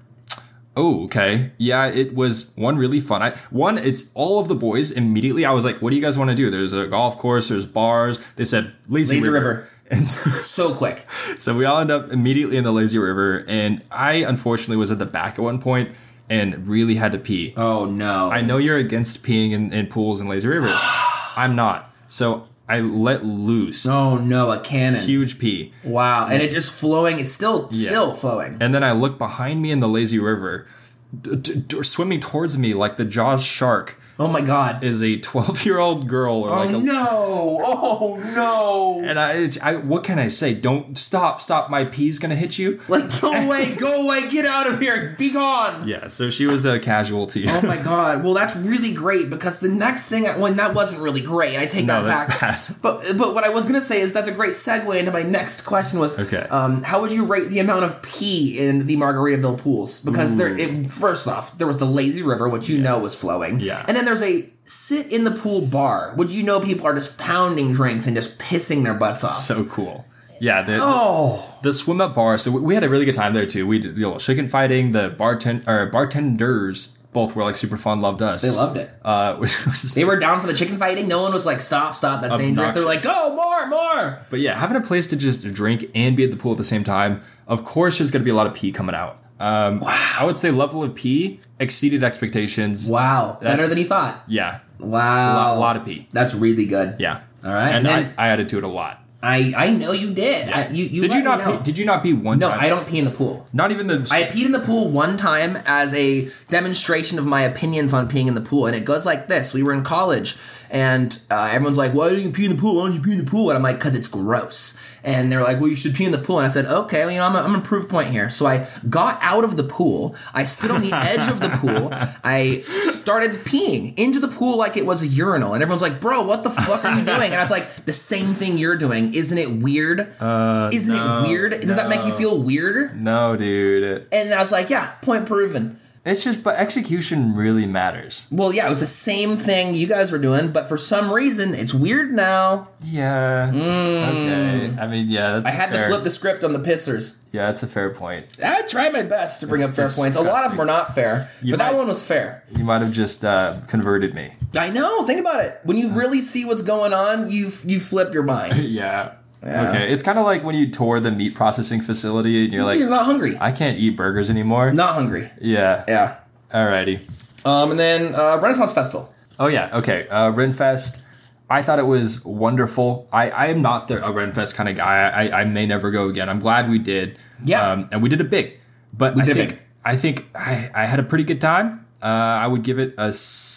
Speaker 2: Oh, okay. Yeah, it was one really fun. I one, it's all of the boys immediately. I was like, "What do you guys want to do?" There's a golf course. There's bars. They said lazy,
Speaker 1: Lazy
Speaker 2: river.
Speaker 1: River.
Speaker 2: and so, <laughs>
Speaker 1: So quick.
Speaker 2: so we all end up immediately in the lazy river. And I unfortunately was at the back at one point and really had to pee.
Speaker 1: Oh no.
Speaker 2: I know you're against peeing in, in pools and lazy rivers.
Speaker 1: <sighs>
Speaker 2: I'm not. So I let loose
Speaker 1: oh no, a cannon.
Speaker 2: huge pee.
Speaker 1: Wow, and it's just flowing. It's still still flowing.
Speaker 2: And then I look behind me in the lazy river, d- d- d- swimming towards me like the Jaws shark
Speaker 1: Oh my god.
Speaker 2: is a <laughs> 12 year old girl or like
Speaker 1: oh
Speaker 2: a,
Speaker 1: no. Oh
Speaker 2: <laughs>
Speaker 1: no.
Speaker 2: and I, I what can I say? Don't stop, stop. My pee's gonna hit you.
Speaker 1: Like go away, go away, get out of here, be gone.
Speaker 2: Yeah, so she was a casualty. <laughs>
Speaker 1: Oh my god. Well, that's really great because the next thing, I, when that wasn't really great, I take
Speaker 2: No,
Speaker 1: that
Speaker 2: that's
Speaker 1: back.
Speaker 2: bad.
Speaker 1: <laughs> But but what I was gonna say is that's a great segue into my next question was
Speaker 2: Okay.
Speaker 1: Um, how would you rate the amount of pee in the Margaritaville pools? Because there, it, first off, there was the lazy river, which you know was flowing.
Speaker 2: Yeah.
Speaker 1: And then there's a sit in the pool bar, which you know people are just pounding drinks and just pissing their butts off.
Speaker 2: So cool. Yeah, the,
Speaker 1: oh,
Speaker 2: the swim up bar. So we- we had a really good time there too. We did the little chicken fighting. The bartend or bartenders both were like super fun. Loved us.
Speaker 1: they loved it.
Speaker 2: Uh, <laughs> which was just-
Speaker 1: They were down for the chicken fighting. No one was like, stop, stop, that's dangerous. They're like,
Speaker 2: Obnoxious.
Speaker 1: go, more, more.
Speaker 2: but yeah, having a place to just drink and be at the pool at the same time. Of course, there's going to be a lot of pee coming out. Um, I would say level of pee exceeded expectations.
Speaker 1: Wow. Better
Speaker 2: That's-
Speaker 1: than he thought.
Speaker 2: Yeah, a
Speaker 1: Wow.
Speaker 2: lot, lot of pee.
Speaker 1: That's really good.
Speaker 2: Yeah.
Speaker 1: All right. And
Speaker 2: And,
Speaker 1: then-
Speaker 2: I, I added to it a lot.
Speaker 1: I, I know you did. I, you, you
Speaker 2: did
Speaker 1: let
Speaker 2: you
Speaker 1: me
Speaker 2: not?
Speaker 1: know.
Speaker 2: Pee, did you not pee one
Speaker 1: no,
Speaker 2: time?
Speaker 1: I don't pee in the pool.
Speaker 2: Not even the.
Speaker 1: I peed in the pool one time as a demonstration of my opinions on peeing in the pool, and it goes like this: We were in college, and uh, everyone's like, "Why do you pee in the pool? Why don't you pee in the pool?" And I'm like, "Cause it's gross." And they're like, "Well, you should pee in the pool." And I said, "Okay, well, you know, I'm a, I'm a proof point here." So I got out of the pool. I stood
Speaker 2: <laughs>
Speaker 1: on the edge of the pool. I started peeing into the pool like it was a urinal, and everyone's like, "Bro, what the fuck
Speaker 2: <laughs>
Speaker 1: are you doing?" And I was like, "The same thing you're doing. Isn't it weird? Isn't
Speaker 2: Uh, no,
Speaker 1: it weird? Does that make you
Speaker 2: no.
Speaker 1: feel weirder?"
Speaker 2: no, dude.
Speaker 1: And I was like, yeah, point proven.
Speaker 2: It's just, but execution really matters.
Speaker 1: Well, yeah, it was the same thing you guys were doing, but for some reason, it's weird now.
Speaker 2: Yeah. Okay. I mean, yeah. That's
Speaker 1: Mm. I had to flip the script on the pissers.
Speaker 2: Yeah, that's a fair point.
Speaker 1: I tried my best to bring
Speaker 2: That's
Speaker 1: up fair points. A lot of them
Speaker 2: disgusting.
Speaker 1: are not fair, but that
Speaker 2: might-
Speaker 1: one was fair.
Speaker 2: You might have just uh, converted me.
Speaker 1: I know. Think about it. When you really see what's going on, you you flip your mind.
Speaker 2: Yeah. Okay. It's kind of like when you tour the meat processing facility and you're <laughs> like,
Speaker 1: You're not hungry.
Speaker 2: I can't eat burgers anymore.
Speaker 1: Not hungry.
Speaker 2: Yeah.
Speaker 1: Yeah.
Speaker 2: Alrighty.
Speaker 1: Um, and then uh, Renaissance Festival.
Speaker 2: Oh yeah. Okay. Uh, Renfest. I thought it was wonderful. I, I am not the, a Renfest kind of guy. I, I may never go again. I'm glad we did. Um,
Speaker 1: Yeah.
Speaker 2: and we did it big. But I
Speaker 1: did
Speaker 2: think,
Speaker 1: big.
Speaker 2: I think I I had a pretty good time. Uh, I would give it a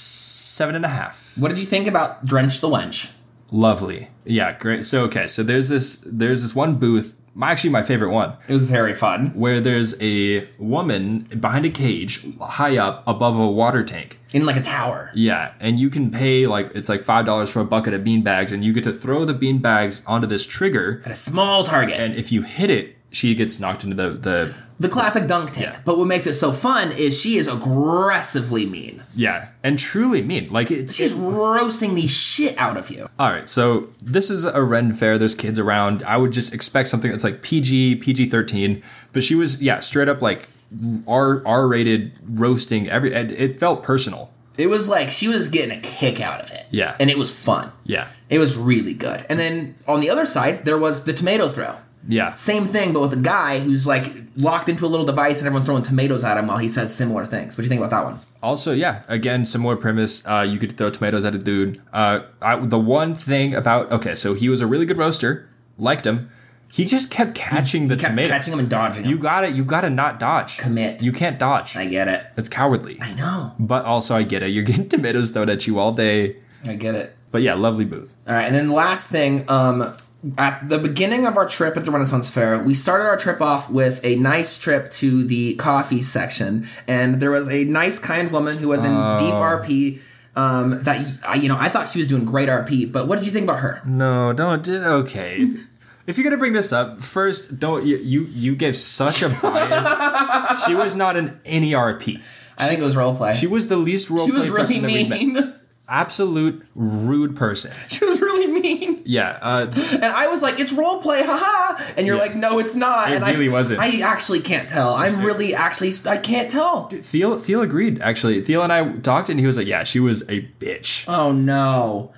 Speaker 2: seven and a half.
Speaker 1: What did you think about Drench the Wench?
Speaker 2: Lovely. Yeah. Great. So okay. So there's this there's this one booth. My, actually, my favorite one.
Speaker 1: It was very fun.
Speaker 2: where there's a woman behind a cage high up above a water tank.
Speaker 1: In like a tower.
Speaker 2: Yeah, and you can pay like it's like five dollars for a bucket of bean bags, and you get to throw the bean bags onto this trigger,
Speaker 1: At a small target.
Speaker 2: and if you hit it, she gets knocked into the the
Speaker 1: the classic dunk tank.
Speaker 2: Yeah.
Speaker 1: But what makes it so fun is she is aggressively mean.
Speaker 2: yeah, and truly mean like it's
Speaker 1: She's roasting the shit out of you.
Speaker 2: All right, so this is a Ren fair. There's kids around. I would just expect something that's like PG, PG thirteen. But she was yeah, straight up like R R rated roasting every. And it felt personal.
Speaker 1: It was like she was getting a kick out of it.
Speaker 2: Yeah.
Speaker 1: And it was fun.
Speaker 2: Yeah,
Speaker 1: It was really good. And then on the other side, there was the tomato throw.
Speaker 2: yeah.
Speaker 1: Same thing, but with a guy who's like locked into a little device and everyone's throwing tomatoes at him while he says similar things. What do you think about that one?
Speaker 2: Also, yeah, again, similar premise. Uh, you could throw tomatoes at a dude. Uh, I, the one thing about okay, so he was a really good roaster, liked him. He just kept catching the
Speaker 1: Kept
Speaker 2: tomatoes.
Speaker 1: catching him and dodging
Speaker 2: you
Speaker 1: him.
Speaker 2: got it. You got to not dodge.
Speaker 1: Commit.
Speaker 2: You can't dodge.
Speaker 1: I get it.
Speaker 2: It's cowardly.
Speaker 1: I know.
Speaker 2: But also, I get it. You're getting <laughs> tomatoes thrown at you all day.
Speaker 1: I get it.
Speaker 2: But yeah, lovely booth.
Speaker 1: All right, and then the last thing, um, at the beginning of our trip at the Renaissance Fair, we started our trip off with a nice trip to the coffee section, and there was a nice, kind woman who was in
Speaker 2: Oh.
Speaker 1: deep RP. Um, that I- you know, I thought she was doing great RP, but what did you think about her?
Speaker 2: No, don't. do- Okay. <laughs> If you're gonna bring this up, first don't you you, you gave such a
Speaker 1: <laughs>
Speaker 2: bias. she was not E in any RP.
Speaker 1: I think it was roleplay.
Speaker 2: She
Speaker 1: She,
Speaker 2: was the least role
Speaker 1: was really
Speaker 2: person that we met.
Speaker 1: mean.
Speaker 2: absolute rude person.
Speaker 1: <laughs> she was really mean,
Speaker 2: Yeah, uh,
Speaker 1: and I was like, "It's roleplay, haha!" And you're like, "No, it's not." It and
Speaker 2: really
Speaker 1: I,
Speaker 2: wasn't.
Speaker 1: I actually can't tell. I'm really actually I can't tell.
Speaker 2: Thiel, Thiel agreed, actually. Thiel and I talked, and he was like, Yeah, she was a bitch.
Speaker 1: Oh no,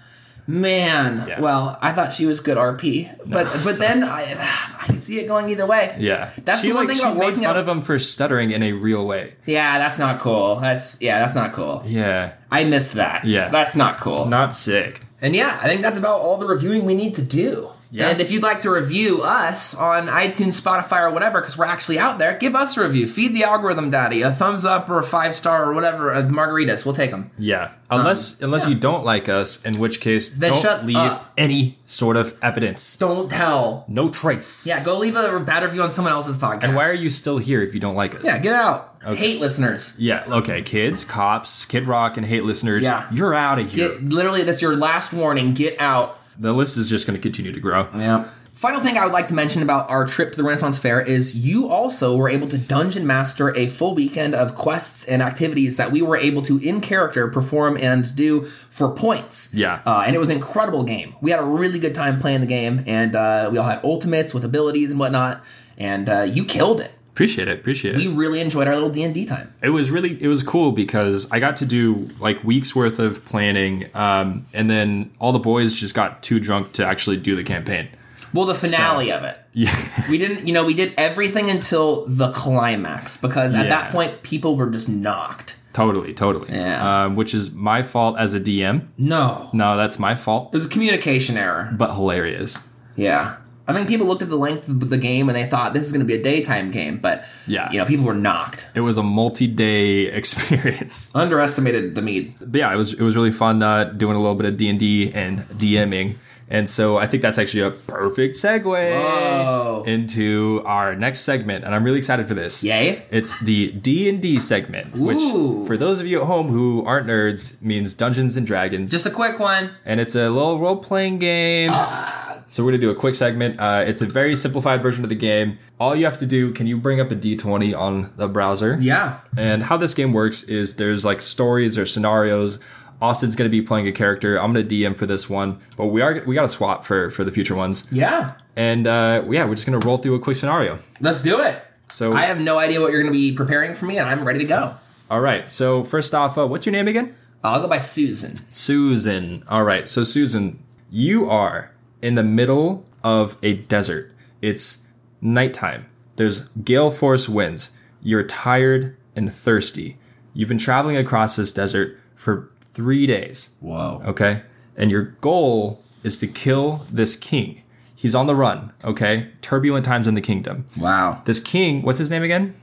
Speaker 1: man.
Speaker 2: Yeah.
Speaker 1: Well, I thought she was good RP, but but then I <sighs> I can see it going either way.
Speaker 2: Yeah.
Speaker 1: That's
Speaker 2: she,
Speaker 1: the one
Speaker 2: like,
Speaker 1: thing
Speaker 2: she
Speaker 1: about
Speaker 2: made
Speaker 1: working
Speaker 2: fun
Speaker 1: out-
Speaker 2: of him for stuttering in a real way.
Speaker 1: Yeah, that's not cool. That's yeah, that's not cool.
Speaker 2: Yeah.
Speaker 1: I missed that.
Speaker 2: Yeah.
Speaker 1: that's not cool.
Speaker 2: Not sick.
Speaker 1: And yeah, I think that's about all the reviewing we need to do.
Speaker 2: Yeah.
Speaker 1: And if you'd like to review us on iTunes, Spotify, or whatever, because we're actually out there, give us a review. Feed the algorithm, Daddy, a thumbs up or a five star or whatever of margaritas. We'll take them.
Speaker 2: Yeah, unless unless you don't like us, in which case
Speaker 1: Uh-huh. Then
Speaker 2: don't
Speaker 1: shut
Speaker 2: leave
Speaker 1: up.
Speaker 2: any sort of evidence,
Speaker 1: Don't tell.
Speaker 2: no trace.
Speaker 1: Yeah, go leave a bad review on someone else's podcast.
Speaker 2: And why are you still here if you don't like us?
Speaker 1: Yeah, get out. Hate listeners.
Speaker 2: Yeah, okay, kids, cops, Kid Rock, and hate listeners.
Speaker 1: Yeah.
Speaker 2: You're out of here.
Speaker 1: Get, literally, that's your last warning. Get out.
Speaker 2: the list is just going to continue to grow.
Speaker 1: Yeah. Final thing I would like to mention about our trip to the Renaissance Fair is you also were able to dungeon master a full weekend of quests and activities that we were able to, in character, perform and do for points.
Speaker 2: Yeah.
Speaker 1: Uh, and it was an incredible game. We had a really good time playing the game, and uh, we all had ultimates with abilities and whatnot, and uh, you killed it.
Speaker 2: Appreciate it. Appreciate it.
Speaker 1: We really enjoyed our little D&D time.
Speaker 2: it was really it was cool because I got to do like weeks worth of planning, um, and then all the boys just got too drunk to actually do the campaign.
Speaker 1: Well, the finale of it.
Speaker 2: Yeah,
Speaker 1: <laughs> We didn't, you know, we did everything until the climax because at that
Speaker 2: Yeah.
Speaker 1: point people were just knocked.
Speaker 2: totally, totally.
Speaker 1: Yeah.
Speaker 2: um, which is my fault as a DM.
Speaker 1: No.
Speaker 2: No, that's my fault,
Speaker 1: It was a communication error.
Speaker 2: but hilarious.
Speaker 1: Yeah. I think people looked at the length of the game and they thought this is going to be a daytime game, but
Speaker 2: Yeah.
Speaker 1: you know, people were knocked.
Speaker 2: It was a multi-day <laughs> experience.
Speaker 1: Underestimated the mead.
Speaker 2: But yeah, it was it was really fun uh, doing a little bit of D and D and DMing, and so I think that's actually a perfect segue
Speaker 1: Whoa.
Speaker 2: into our next segment, and I'm really excited for this.
Speaker 1: Yay.
Speaker 2: It's the D and D segment, which
Speaker 1: Ooh.
Speaker 2: for those of you at home who aren't nerds means Dungeons and Dragons,
Speaker 1: Just a quick one.
Speaker 2: and it's a little role playing game.
Speaker 1: Ah.
Speaker 2: So we're gonna do a quick segment. Uh, it's a very simplified version of the game. All you have to do, can you bring up a D20 on the browser?
Speaker 1: Yeah.
Speaker 2: And how this game works is there's like stories or scenarios. Austin's going to be playing a character. I'm going to DM for this one, but we are we got to swap for for the future ones.
Speaker 1: Yeah.
Speaker 2: And uh, yeah, we're just going to roll through a quick scenario.
Speaker 1: Let's do it.
Speaker 2: So
Speaker 1: I have no idea what you're going to be preparing for me and I'm ready to go.
Speaker 2: all right. So first off, uh, what's your name again?
Speaker 1: I'll go by Susan.
Speaker 2: Susan. All right. So Susan, you are in the middle of a desert. It's nighttime. There's gale force winds. You're tired and thirsty. You've been traveling across this desert for 3 days.
Speaker 1: Whoa.
Speaker 2: okay? And your goal is to kill this king. He's on the run, okay? Turbulent times in the kingdom.
Speaker 1: Wow.
Speaker 2: This king, what's his name again?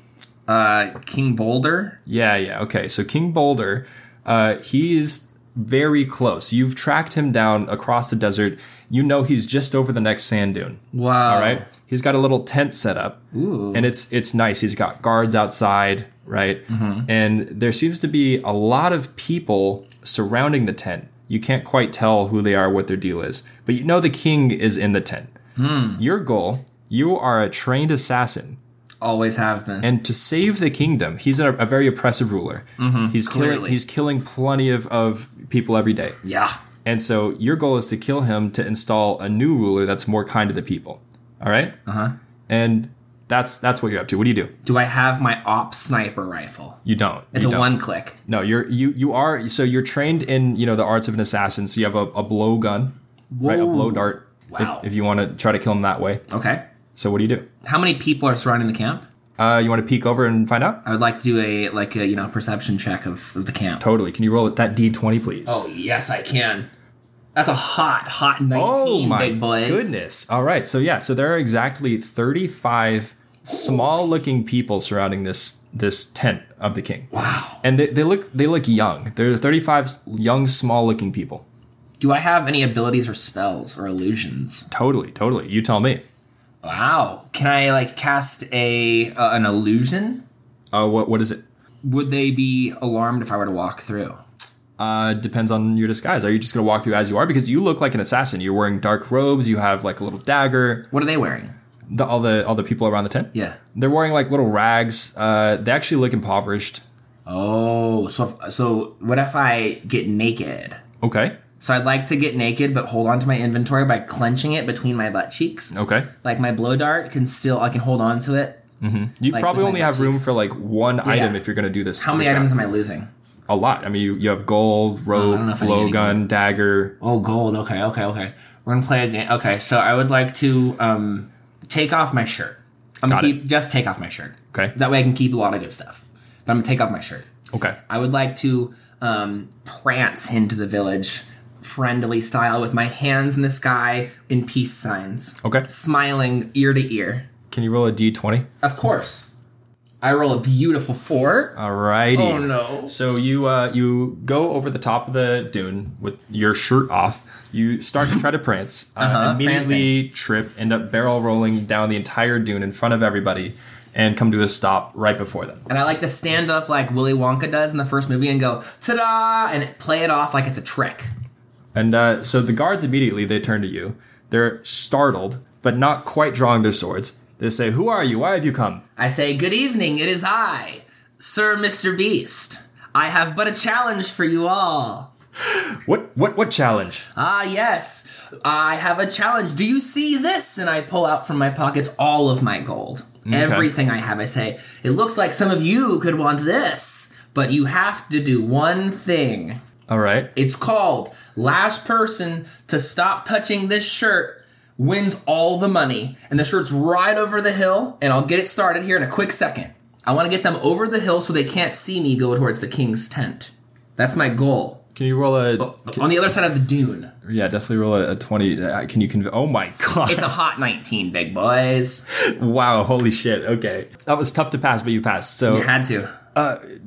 Speaker 1: Uh King Boulder?
Speaker 2: Yeah, yeah, okay. So King Boulder, uh, he's very close. You've tracked him down across the desert. You know he's just over the next sand dune.
Speaker 1: Wow.
Speaker 2: All right. He's got a little tent set up, and it's it's nice. He's got guards outside, right? And there seems to be a lot of people surrounding the tent. You can't quite tell who they are, what their deal is, but you know the king is in the tent. Your goal: you are a trained assassin,
Speaker 1: Always have been.
Speaker 2: and to save the kingdom, he's a, a very oppressive ruler. He's killing,
Speaker 1: Clearly.
Speaker 2: he's killing plenty of of people every day,
Speaker 1: yeah.
Speaker 2: and so your goal is to kill him to install a new ruler that's more kind to the people. All right. Uh
Speaker 1: Uh-huh.
Speaker 2: huh. And that's that's what you're up to. What do you do?
Speaker 1: Do I have my op sniper rifle?
Speaker 2: You don't.
Speaker 1: It's
Speaker 2: You
Speaker 1: a
Speaker 2: don't.
Speaker 1: one click.
Speaker 2: No, you're you you are so you're trained in you know the arts of an assassin. So you have a, a blow gun, right? A
Speaker 1: Whoa.
Speaker 2: blow dart. if-
Speaker 1: Wow.
Speaker 2: If, you want to try to kill him that way.
Speaker 1: Okay.
Speaker 2: So what do you do?
Speaker 1: How many people are surrounding the camp?
Speaker 2: Uh, you want to peek over and find out?
Speaker 1: I would like to do a like a you know perception check of, of the camp.
Speaker 2: Totally. Can you roll it that d20, please?
Speaker 1: Oh yes, I can. That's a hot, hot nineteen,
Speaker 2: Oh my
Speaker 1: big boys.
Speaker 2: goodness! All right, so yeah, so there are exactly thirty-five small-looking people surrounding this this tent of the king.
Speaker 1: Wow.
Speaker 2: And they, they look they look young. They're thirty-five young, small-looking people.
Speaker 1: Do I have any abilities or spells or illusions?
Speaker 2: Totally, totally. You tell me.
Speaker 1: Wow. Can I like cast a uh, an illusion?
Speaker 2: Uh, what what is it?
Speaker 1: Would they be alarmed if I were to walk through?
Speaker 2: Uh, depends on your disguise. Are you just gonna walk through as you are? Because you look like an assassin. You're wearing dark robes. You have like a little dagger.
Speaker 1: What are they wearing?
Speaker 2: The, all the all the people around the tent.
Speaker 1: Yeah.
Speaker 2: They're wearing like little rags. Uh, they actually look impoverished.
Speaker 1: Oh, so if, so what if I get naked?
Speaker 2: Okay.
Speaker 1: So I'd like to get naked, but hold on to my inventory by clenching it between my butt cheeks.
Speaker 2: Okay.
Speaker 1: Like my blow dart can still I can hold on to it.
Speaker 2: You
Speaker 1: Like,
Speaker 2: probably
Speaker 1: with my
Speaker 2: only have
Speaker 1: matches.
Speaker 2: room for like one item if you're going to do this.
Speaker 1: How many
Speaker 2: this round.
Speaker 1: items am I losing?
Speaker 2: A lot. I mean, you, you have gold, rope,
Speaker 1: don't know if I need any
Speaker 2: blowgun, dagger.
Speaker 1: Oh, gold. Okay, okay, okay. We're gonna play a game. Okay, so I would like to um, take off my shirt. I'm
Speaker 2: Got
Speaker 1: gonna
Speaker 2: it.
Speaker 1: keep just take off my shirt.
Speaker 2: Okay.
Speaker 1: That way I can keep a lot of good stuff. But I'm gonna take off my shirt.
Speaker 2: Okay.
Speaker 1: I would like to um, prance into the village, friendly style with my hands in the sky in peace signs.
Speaker 2: Okay.
Speaker 1: Smiling ear to ear.
Speaker 2: Can you roll a d20?
Speaker 1: Of course. I roll a beautiful four.
Speaker 2: Alrighty.
Speaker 1: Oh, no.
Speaker 2: So you uh, you go over the top of the dune with your shirt off. You start to try to prance.
Speaker 1: Uh-huh.
Speaker 2: Uh, Immediately trip, end up barrel rolling down the entire dune in front of everybody, and come to a stop right before them.
Speaker 1: And I like to stand up like Willy Wonka does in the first movie and go, ta da! And play it off like it's a trick.
Speaker 2: And uh, so the guards immediately they turn to you. They're startled, but not quite drawing their swords. They say, "Who are you? Why have you come?"
Speaker 1: I say, Good evening, it is I, Sir Mr. Beast. I have but a challenge for you all.
Speaker 2: What what what challenge?
Speaker 1: Ah, yes, I have a challenge. Do you see this? And I pull out from my pockets all of my gold. Everything I have. I say, It looks like some of you could want this, but you have to do one thing.
Speaker 2: All right.
Speaker 1: It's called Last Person to Stop Touching This Shirt Wins All the Money. And the shirt's right over the hill, and I'll get it started here in a quick second. I want to get them over the hill so they can't see me go towards the king's tent. That's my goal.
Speaker 2: Can you roll a?
Speaker 1: On the other side of the dune.
Speaker 2: Oh, Yeah, definitely roll a, a twenty. Uh, can you conv- Oh my <laughs> god!
Speaker 1: It's a hot 19, big boys.
Speaker 2: wow! Holy shit! Okay, that was tough to pass, but you passed. So
Speaker 1: You had to.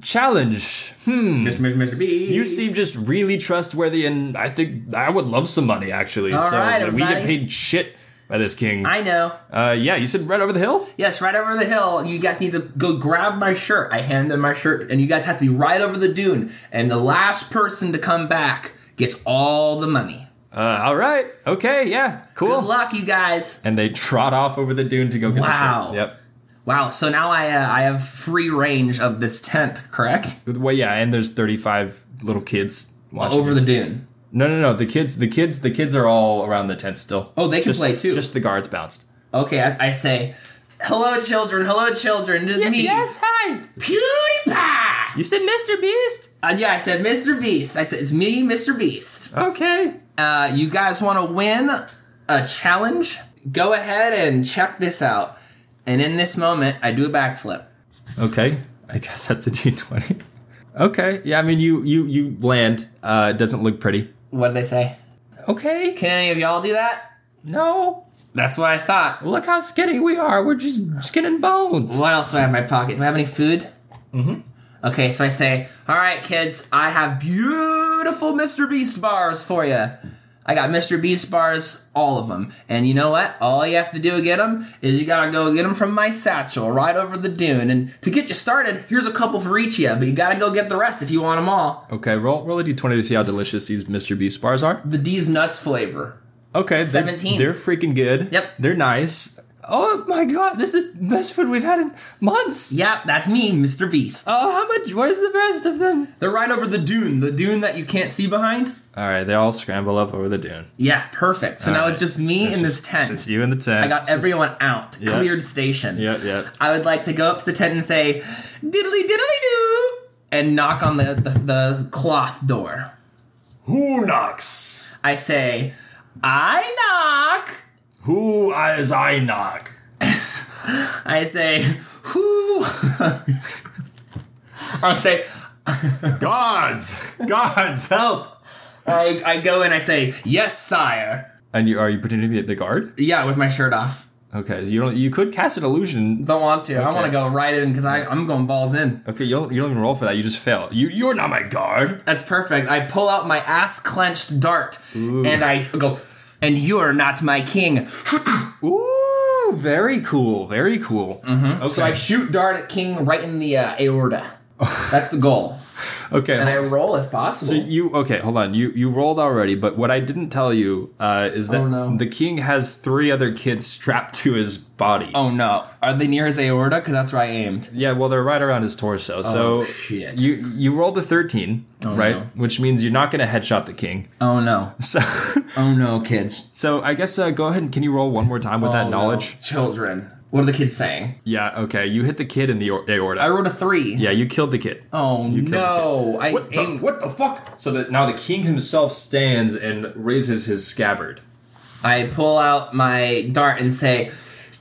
Speaker 2: challenge.
Speaker 1: Mr. Mr. Mr. B.
Speaker 2: You seem just really trustworthy, and I think I would love some money actually.
Speaker 1: All
Speaker 2: so
Speaker 1: right,
Speaker 2: like, we get
Speaker 1: everybody.
Speaker 2: paid shit by this king.
Speaker 1: I know.
Speaker 2: uh, yeah, you said right over the hill.
Speaker 1: Yes, right over the hill. You guys need to go grab my shirt. I hand them my shirt, and you guys have to be right over the dune. And the last person to come back gets all the money.
Speaker 2: Uh, all right. Okay. Yeah. Cool.
Speaker 1: Good luck, you guys.
Speaker 2: and they trot off over the dune to go get
Speaker 1: Wow.
Speaker 2: the shirt. Yep.
Speaker 1: Wow. So now I uh, I have free range of this tent, correct?
Speaker 2: Well, yeah, and there's 35 little kids watching.
Speaker 1: Over the dune.
Speaker 2: no, no, no. The kids, the kids, the kids are all around the tent still.
Speaker 1: Oh, they can
Speaker 2: Just-
Speaker 1: play, too.
Speaker 2: Just the guards bounced.
Speaker 1: Okay, I, I say, hello, children. Hello, children. It is me,
Speaker 2: hi.
Speaker 1: PewDiePie.
Speaker 2: You said Mr. Beast.
Speaker 1: Uh, yeah, I said Mr. Beast. I said it's me, Mr. Beast.
Speaker 2: Oh. Okay.
Speaker 1: Uh, you guys want to win a challenge? Go ahead and check this out. And in this moment, I do a backflip.
Speaker 2: Okay. I guess that's a G20. Okay. Yeah. I mean, you you you land. Uh, it doesn't look pretty.
Speaker 1: What did they say?
Speaker 2: Okay.
Speaker 1: Can any of y'all do that?
Speaker 2: No.
Speaker 1: That's what I thought.
Speaker 2: Look how skinny we are. We're just skin and bones.
Speaker 1: What else do I have in my pocket? Do I have any food? Mm-hmm. Okay, so I say, all right, kids, I have beautiful Mr. Beast bars for you. I got Mr. Beast bars, all of them. And you know what? All you have to do to get them is you gotta go get them from my satchel right over the dune. And to get you started, here's a couple for each of you, but you gotta go get the rest if you want them all.
Speaker 2: Okay. Roll roll a D20 to see how delicious these Mr. Beast bars are.
Speaker 1: The D's nuts flavor.
Speaker 2: Okay, they're-
Speaker 1: 17.
Speaker 2: They're, freaking good.
Speaker 1: Yep.
Speaker 2: They're nice. Oh my god, this is the best food we've had in months.
Speaker 1: Yep, that's me, Mr. Beast.
Speaker 2: Oh, how much? Where's the rest of them?
Speaker 1: They're right over the dune, the dune that you can't see behind.
Speaker 2: All right, they all scramble up over the dune.
Speaker 1: Yeah, perfect. So now
Speaker 2: right.
Speaker 1: it's just me in this tent.
Speaker 2: Just you in the tent.
Speaker 1: I got everyone out,
Speaker 2: Yeah.
Speaker 1: cleared station.
Speaker 2: Yeah, yeah.
Speaker 1: I would like to go up to the tent and say, diddly diddly doo, and knock on the, the, the cloth door.
Speaker 3: Who knocks?
Speaker 1: I say, I knock.
Speaker 3: Who as I knock?
Speaker 1: I say, who? <laughs> I say,
Speaker 3: Gods! Gods, help!
Speaker 1: I, I go and I say, yes, sire.
Speaker 2: And you are you pretending to be the guard?
Speaker 1: Yeah, with my shirt off.
Speaker 2: Okay, so you don't. You could cast an illusion.
Speaker 1: Don't want to. I want to go right in because I'm going balls in.
Speaker 2: Okay, you don't. You don't even roll for that. You just fail. You you're not my guard.
Speaker 1: That's perfect. I pull out my ass clenched dart and I go, and you're not my king.
Speaker 2: Ooh, very cool. Very cool. Mm-hmm. Okay.
Speaker 1: So I shoot dart at King right in the uh, aorta. That's the goal.
Speaker 2: okay.
Speaker 1: And I roll if
Speaker 2: So
Speaker 1: possible.
Speaker 2: you okay? Hold on. You you rolled already, but what I didn't tell you uh, is that
Speaker 1: Oh, no.
Speaker 2: the king has three other kids strapped to his body.
Speaker 1: Oh no. Are they near his aorta? Because that's where I aimed.
Speaker 2: Yeah, well, they're right around his torso. so
Speaker 1: Oh, shit. Oh,
Speaker 2: you you rolled a thirteen, right?
Speaker 1: no.
Speaker 2: Which means you're not going to headshot the king. <laughs>
Speaker 1: Oh no.
Speaker 2: So
Speaker 1: Oh no, kids.
Speaker 2: so I guess uh, go ahead and can you roll one more time with
Speaker 1: Oh,
Speaker 2: that
Speaker 1: no.
Speaker 2: knowledge?
Speaker 1: Children. What are the kids saying?
Speaker 2: Yeah. Okay. You hit the kid in the aor- aorta.
Speaker 1: I rolled a three.
Speaker 2: yeah, you killed the kid.
Speaker 1: Oh
Speaker 2: You killed
Speaker 1: no. I
Speaker 2: What the,
Speaker 1: aimed.
Speaker 2: what the fuck? So that now the king himself stands and raises his scabbard.
Speaker 1: I pull out my dart and say,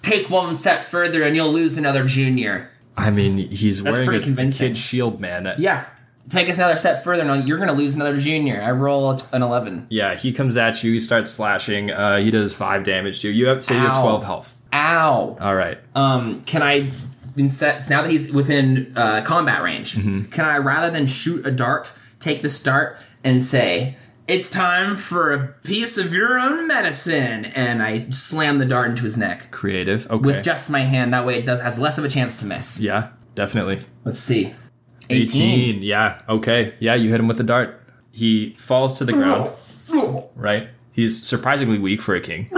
Speaker 1: take one step further and you'll lose another junior.
Speaker 2: I mean, he's wearing
Speaker 1: pretty
Speaker 2: a
Speaker 1: convincing.
Speaker 2: kid shield, man.
Speaker 1: Yeah. take us another step further, and you're going to lose another junior. I roll an eleven.
Speaker 2: Yeah, he comes at you. He starts slashing. Uh, he does five damage to you. You have say you have
Speaker 1: Ow.
Speaker 2: twelve health.
Speaker 1: Ow.
Speaker 2: All right.
Speaker 1: Um, can I? Inset, now that he's within uh, combat range,
Speaker 2: Mm-hmm.
Speaker 1: can I rather than shoot a dart, take this dart and say, "It's time for a piece of your own medicine," and I slam the dart into his neck
Speaker 2: Creative. Okay.
Speaker 1: with just my hand. That way, it does has less of a chance to miss.
Speaker 2: yeah, definitely.
Speaker 1: Let's see.
Speaker 2: 18. Yeah. Okay. Yeah, you hit him with the dart. He falls to the ground, right? He's surprisingly weak for a king.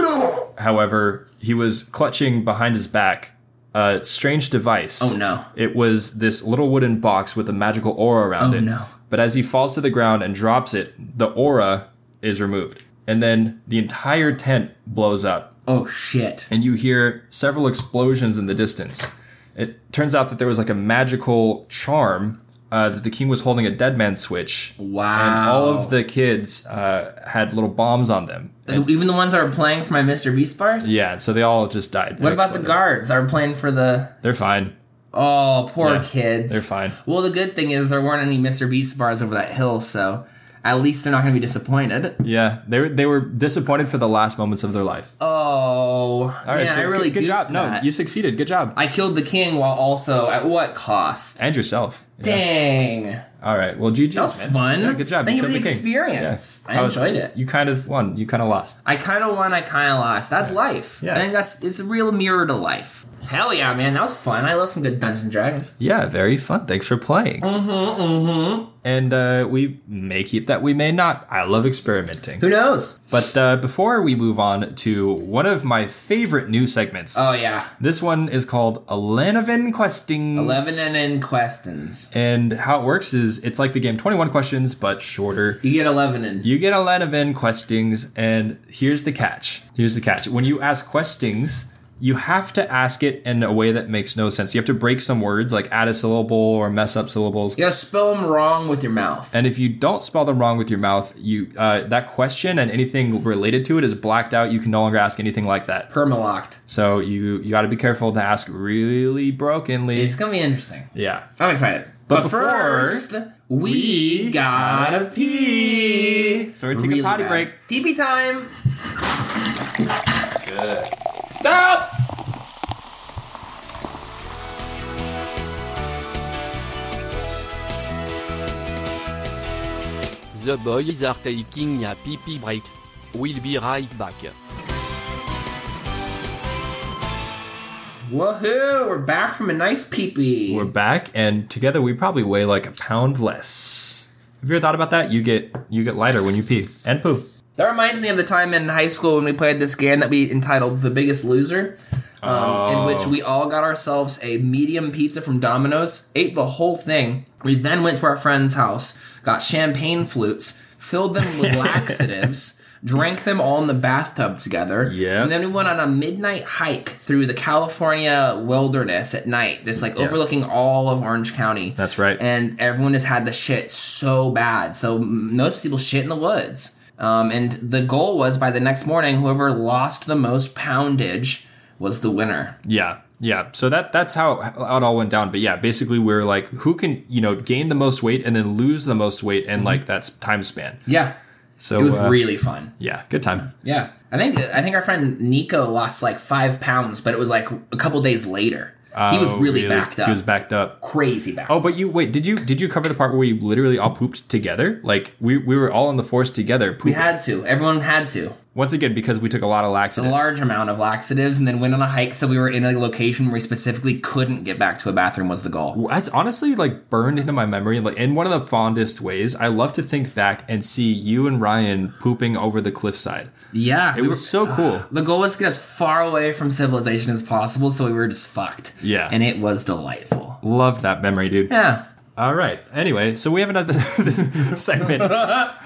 Speaker 2: However, he was clutching behind his back a strange device.
Speaker 1: Oh, no.
Speaker 2: It was this little wooden box with a magical aura around
Speaker 1: Oh,
Speaker 2: it.
Speaker 1: no.
Speaker 2: But as he falls to the ground and drops it, the aura is removed. And then the entire tent blows up
Speaker 1: Oh shit.
Speaker 2: and you hear several explosions in the distance. It turns out that there was like a magical charm uh, that the king was holding a dead man switch. And
Speaker 1: Wow.
Speaker 2: all of the kids uh, had little bombs on them.
Speaker 1: Even the ones that were playing for my Mr. Beast bars?
Speaker 2: Yeah, so they all just died.
Speaker 1: What about the
Speaker 2: Exploded.
Speaker 1: guards that were playing for the.
Speaker 2: They're fine.
Speaker 1: Oh, poor
Speaker 2: Yeah,
Speaker 1: kids.
Speaker 2: they're fine.
Speaker 1: Well, the good thing is there weren't any Mr. Beast bars over that hill, so at least they're not going to be disappointed.
Speaker 2: Yeah, they were they were disappointed for the last moments of their life.
Speaker 1: Oh. All right, man,
Speaker 2: so
Speaker 1: I really
Speaker 2: good, good job.
Speaker 1: goofed
Speaker 2: No,
Speaker 1: that.
Speaker 2: you succeeded. Good job.
Speaker 1: I killed the king while also. At what cost?
Speaker 2: And yourself. Yeah.
Speaker 1: Dang.
Speaker 2: All right. Well, GG.
Speaker 1: That was
Speaker 2: man.
Speaker 1: fun.
Speaker 2: Yeah, good job.
Speaker 1: Thank you for
Speaker 2: killed
Speaker 1: the
Speaker 2: king.
Speaker 1: experience.
Speaker 2: Yeah.
Speaker 1: I
Speaker 2: was-
Speaker 1: enjoyed it.
Speaker 2: You kind of won. You kind of lost.
Speaker 1: I kind of won, I kind of lost. That's life.
Speaker 2: Yeah.
Speaker 1: I think that's it's a real mirror to life. Hell yeah, man, that was fun. I love some good Dungeons and Dragons.
Speaker 2: Yeah, very fun. Thanks for playing. Mm-hmm, mm-hmm. And uh, we may keep that, we may not. I love experimenting.
Speaker 1: Who knows?
Speaker 2: But uh, before we move on to one of my favorite new segments,
Speaker 1: Oh yeah,
Speaker 2: this one is called Eleven Questions.
Speaker 1: eleven and in questions.
Speaker 2: And how it works is it's like the game 21 questions, but shorter.
Speaker 1: You get eleven in.
Speaker 2: You get 11 questings, and here's the catch. Here's the catch. When you ask questings, you have to ask it in a way that makes no sense. You have to break some words, like add a syllable or mess up syllables.
Speaker 1: You gotta spell them wrong with your mouth.
Speaker 2: And if you don't spell them wrong with your mouth, you uh, that question and anything related to it is blacked out. You can no longer ask anything like that.
Speaker 1: Permalocked.
Speaker 2: So you you got to be careful to ask really brokenly.
Speaker 1: It's gonna be interesting.
Speaker 2: yeah.
Speaker 1: I'm excited.
Speaker 2: But
Speaker 1: But,
Speaker 2: before-
Speaker 1: first, we gotta pee.
Speaker 2: So we're taking a potty break.
Speaker 1: Pee pee time.
Speaker 2: Good.
Speaker 1: Stop.
Speaker 4: The boys are taking a pee pee break. We'll be right back.
Speaker 1: Woohoo! We're back from a nice pee pee.
Speaker 2: We're back, and together we probably weigh like a pound less. Have you ever thought about that? You get you get lighter when you pee and poo.
Speaker 1: That reminds me of the time in high school when we played this game that we entitled The Biggest Loser, um, in which we all got ourselves a medium pizza from Domino's, ate the whole thing. We then went to our friend's house, got champagne flutes, filled them with laxatives. Drank them all in the bathtub together.
Speaker 2: Yeah.
Speaker 1: And then we went on a midnight hike through the California wilderness at night, just like overlooking all of Orange County.
Speaker 2: That's right.
Speaker 1: And everyone has had the shit so bad. So m- most people shit in the woods. Um, and the goal was by the next morning, whoever lost the most poundage was the winner.
Speaker 2: Yeah. Yeah. So that that's how, how it all went down. But yeah, basically we're like who can, you know, gain the most weight and then lose the most weight in like that time span.
Speaker 1: Yeah.
Speaker 2: So
Speaker 1: It was
Speaker 2: uh,
Speaker 1: really fun.
Speaker 2: Yeah, good time.
Speaker 1: Yeah. I think I think our friend Nico lost like five pounds, but it was like a couple days later. he was
Speaker 2: Oh,
Speaker 1: really, backed up.
Speaker 2: He was backed up.
Speaker 1: Crazy back.
Speaker 2: Oh, but you wait. Did you did you cover the part where you literally all pooped together? Like we we were all in the forest together.
Speaker 1: we
Speaker 2: Pooping.
Speaker 1: had to. Everyone had to.
Speaker 2: once again because we took a lot of
Speaker 1: A
Speaker 2: laxatives.
Speaker 1: large amount of laxatives and then went on a hike so we were in a location where we specifically couldn't get back to a bathroom was the goal.
Speaker 2: Well, That's honestly like burned into my memory, like in one of the fondest ways. I love to think back and see you and Ryan pooping over the cliffside.
Speaker 1: Yeah.
Speaker 2: It was so cool.
Speaker 1: The goal was to get as far away from civilization as possible, so we were just fucked.
Speaker 2: Yeah.
Speaker 1: And it was delightful.
Speaker 2: Love that memory, dude.
Speaker 1: Yeah.
Speaker 2: All right. Anyway, so we have another <laughs> segment.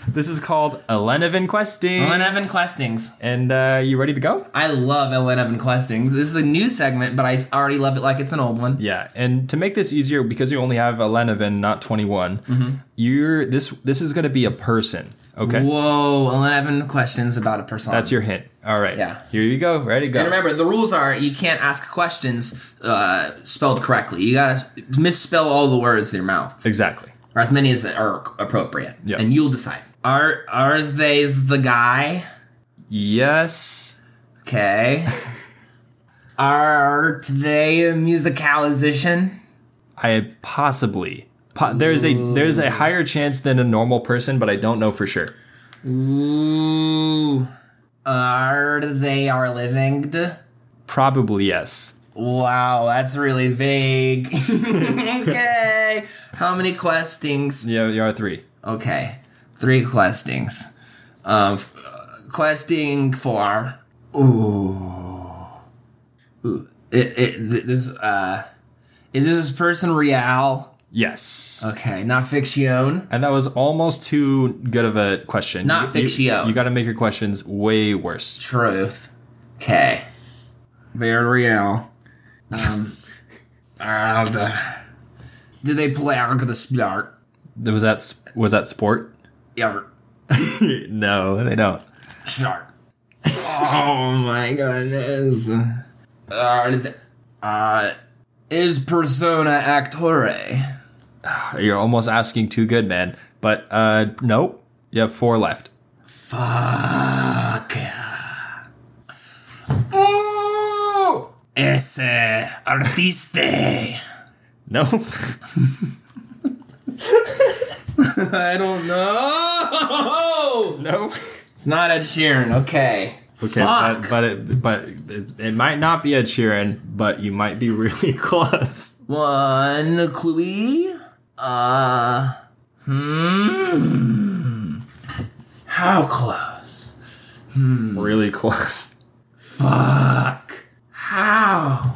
Speaker 2: this is called Eleven Questing.
Speaker 1: Ellen Evan Questings.
Speaker 2: And uh, you ready to go?
Speaker 1: I love Ellen Evan Questings. This is a new segment, but I already love it like it's an old one.
Speaker 2: Yeah, and to make this easier, because you only have Elenovan, not twenty
Speaker 1: Mm-hmm.
Speaker 2: you're this. This is going to be a person. Okay,
Speaker 1: Whoa, Ellen Evan questions about a person.
Speaker 2: that's your hint. All right.
Speaker 1: Yeah.
Speaker 2: Here you go. Ready to go.
Speaker 1: And remember, the rules are you can't ask questions uh, spelled correctly. You gotta misspell all the words with your mouth.
Speaker 2: exactly.
Speaker 1: All or as many as are appropriate.
Speaker 2: Yeah.
Speaker 1: And you'll decide. Are ours they's the guy?
Speaker 2: Yes.
Speaker 1: Okay. are they a musicalization?
Speaker 2: I possibly. Po- there's a there's a higher chance than a normal person, but I don't know for sure.
Speaker 1: Ooh. Are they are living?
Speaker 2: Probably yes.
Speaker 1: Wow, that's really vague. <laughs> okay. How many questings?
Speaker 2: Yeah, you are three.
Speaker 1: Okay, three questings. Um, f- uh, questing for. Ooh. Ooh. It, it, th- this, uh, is this person real?
Speaker 2: Yes.
Speaker 1: Okay, not fiction.
Speaker 2: And that was almost too good of a question.
Speaker 1: Not
Speaker 2: You- you-
Speaker 1: fictio.
Speaker 2: You, got to make your questions way worse.
Speaker 1: Truth. Okay. They're real. <laughs> Um, uh, the, do they play out the splart?
Speaker 2: Was that s- was that sport?
Speaker 1: Yeah,
Speaker 2: no, they don't.
Speaker 1: shark. oh my goodness. Uh, th- uh, is Persona Actore?
Speaker 2: You're almost asking too good, man. But uh, nope. You have four left.
Speaker 1: Fuck. Ooh! Ese artiste.
Speaker 2: <laughs> No.
Speaker 1: I don't know.
Speaker 2: no.
Speaker 1: It's not Ed Sheeran. Okay.
Speaker 2: Okay,
Speaker 1: Fuck.
Speaker 2: but but it, but it's, it might not be Ed Sheeran, but you might be really <laughs> close.
Speaker 1: One clue. Uh. Hmm. How close?
Speaker 2: really close.
Speaker 1: Fuck. How?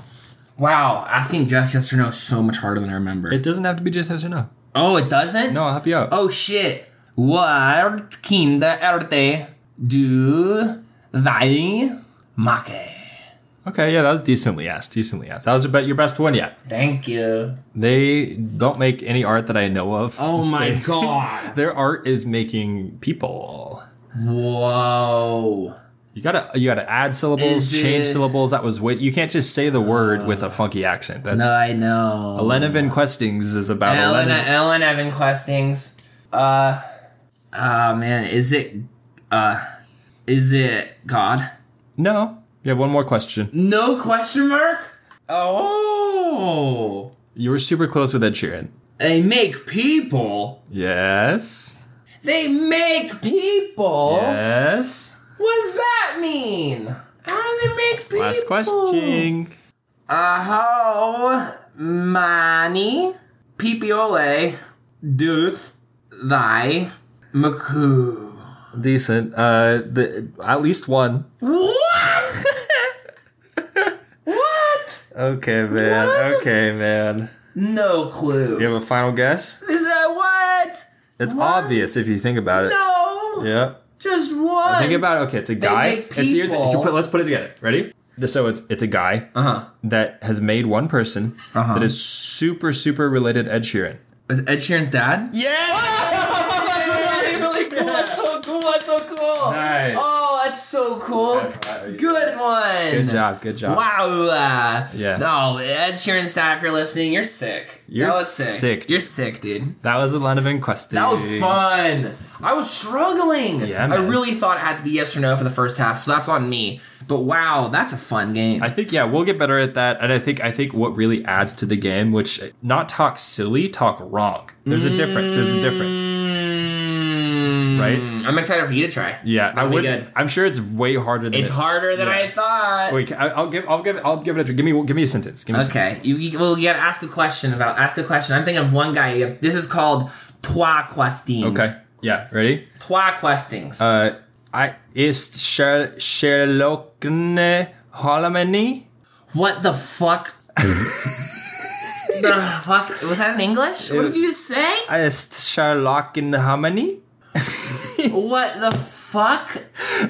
Speaker 1: Wow, asking just yes or no is so much harder than I remember.
Speaker 2: It doesn't have to be just yes or no.
Speaker 1: oh, it doesn't?
Speaker 2: No, I'll help you out.
Speaker 1: Oh shit. What kind of arte do they make?
Speaker 2: Okay, yeah, that was decently asked. Decently asked. That was about your best one yet.
Speaker 1: Thank you.
Speaker 2: They don't make any art that I know of.
Speaker 1: Oh
Speaker 2: <laughs>
Speaker 1: my god.
Speaker 2: Their art is making people.
Speaker 1: <laughs> Whoa.
Speaker 2: You gotta you gotta add syllables,
Speaker 1: Is
Speaker 2: change
Speaker 1: it- Uh,
Speaker 2: syllables. That was wit. You can't just say the word with a funky accent. That's
Speaker 1: No, I know.
Speaker 2: Lenovan Questings is about
Speaker 1: Ellen,
Speaker 2: Elena.
Speaker 1: Ellen Evan Questings. Uh, oh man, is it, uh, is it God?
Speaker 2: No, you have one more question.
Speaker 1: No question mark? Oh,
Speaker 2: You were super close with Ed Sheeran.
Speaker 1: they make people.
Speaker 2: Yes.
Speaker 1: They make people.
Speaker 2: Yes.
Speaker 1: What does that mean? How do they make people?
Speaker 2: Last question.
Speaker 1: How many people doth thy maku?
Speaker 2: Decent. Uh, the, at least one.
Speaker 1: What? <laughs> what?
Speaker 2: Okay, man.
Speaker 1: What?
Speaker 2: Okay, man.
Speaker 1: No clue.
Speaker 2: You have a final guess?
Speaker 1: Is that what?
Speaker 2: It's
Speaker 1: What?
Speaker 2: obvious if you think about it.
Speaker 1: No.
Speaker 2: Yeah.
Speaker 1: Just one.
Speaker 2: Think about it. Okay, it's a guy.
Speaker 1: make
Speaker 2: It's here's-
Speaker 1: people.
Speaker 2: you put- let's put it together. Ready? So it's it's a guy
Speaker 1: Uh-huh.
Speaker 2: that has made one person that is super super related Ed Sheeran.
Speaker 1: Was Ed Sheeran's dad?
Speaker 2: Yeah.
Speaker 1: That's really, <laughs> really cool. That's so cool. That's so cool.
Speaker 2: Nice.
Speaker 1: Oh, that's so cool. Good one.
Speaker 2: Good job. Good job.
Speaker 1: Wow. Uh,
Speaker 2: Yeah.
Speaker 1: No, Ed Sheeran's dad, if you're listening, you're sick.
Speaker 2: You're
Speaker 1: that was sick.
Speaker 2: sick, dude.
Speaker 1: You're sick, dude.
Speaker 2: That was a lot of questions.
Speaker 1: That was fun. I was struggling.
Speaker 2: Yeah,
Speaker 1: I
Speaker 2: man.
Speaker 1: really thought it had to be yes or no for the first half, so that's on me. But wow, that's a fun game.
Speaker 2: I think yeah, we'll get better at that. And I think I think what really adds to the game, which not talk silly, talk wrong. There's a difference. There's a difference.
Speaker 1: Mm,
Speaker 2: Right?
Speaker 1: I'm excited for you to try.
Speaker 2: Yeah, I
Speaker 1: That'll be
Speaker 2: would.
Speaker 1: good.
Speaker 2: I'm sure it's way harder than
Speaker 1: It's
Speaker 2: it-
Speaker 1: harder than
Speaker 2: Yeah.
Speaker 1: I thought.
Speaker 2: Wait, I- I'll give. I'll give. I'll give it. A, give me. Give me a sentence. Give me a sentence.
Speaker 1: Okay, you, you well, you gotta ask a question about ask a question. I'm thinking of one guy. You have- This is called trois questings.
Speaker 2: Okay. Yeah. Ready?
Speaker 1: trois questings.
Speaker 2: Uh, I ist Sher- Sherlockne Holmeny.
Speaker 1: what the fuck? the fuck was that in English? What did you just say?
Speaker 2: Ist Sherlockne Harmony?
Speaker 1: what the fuck?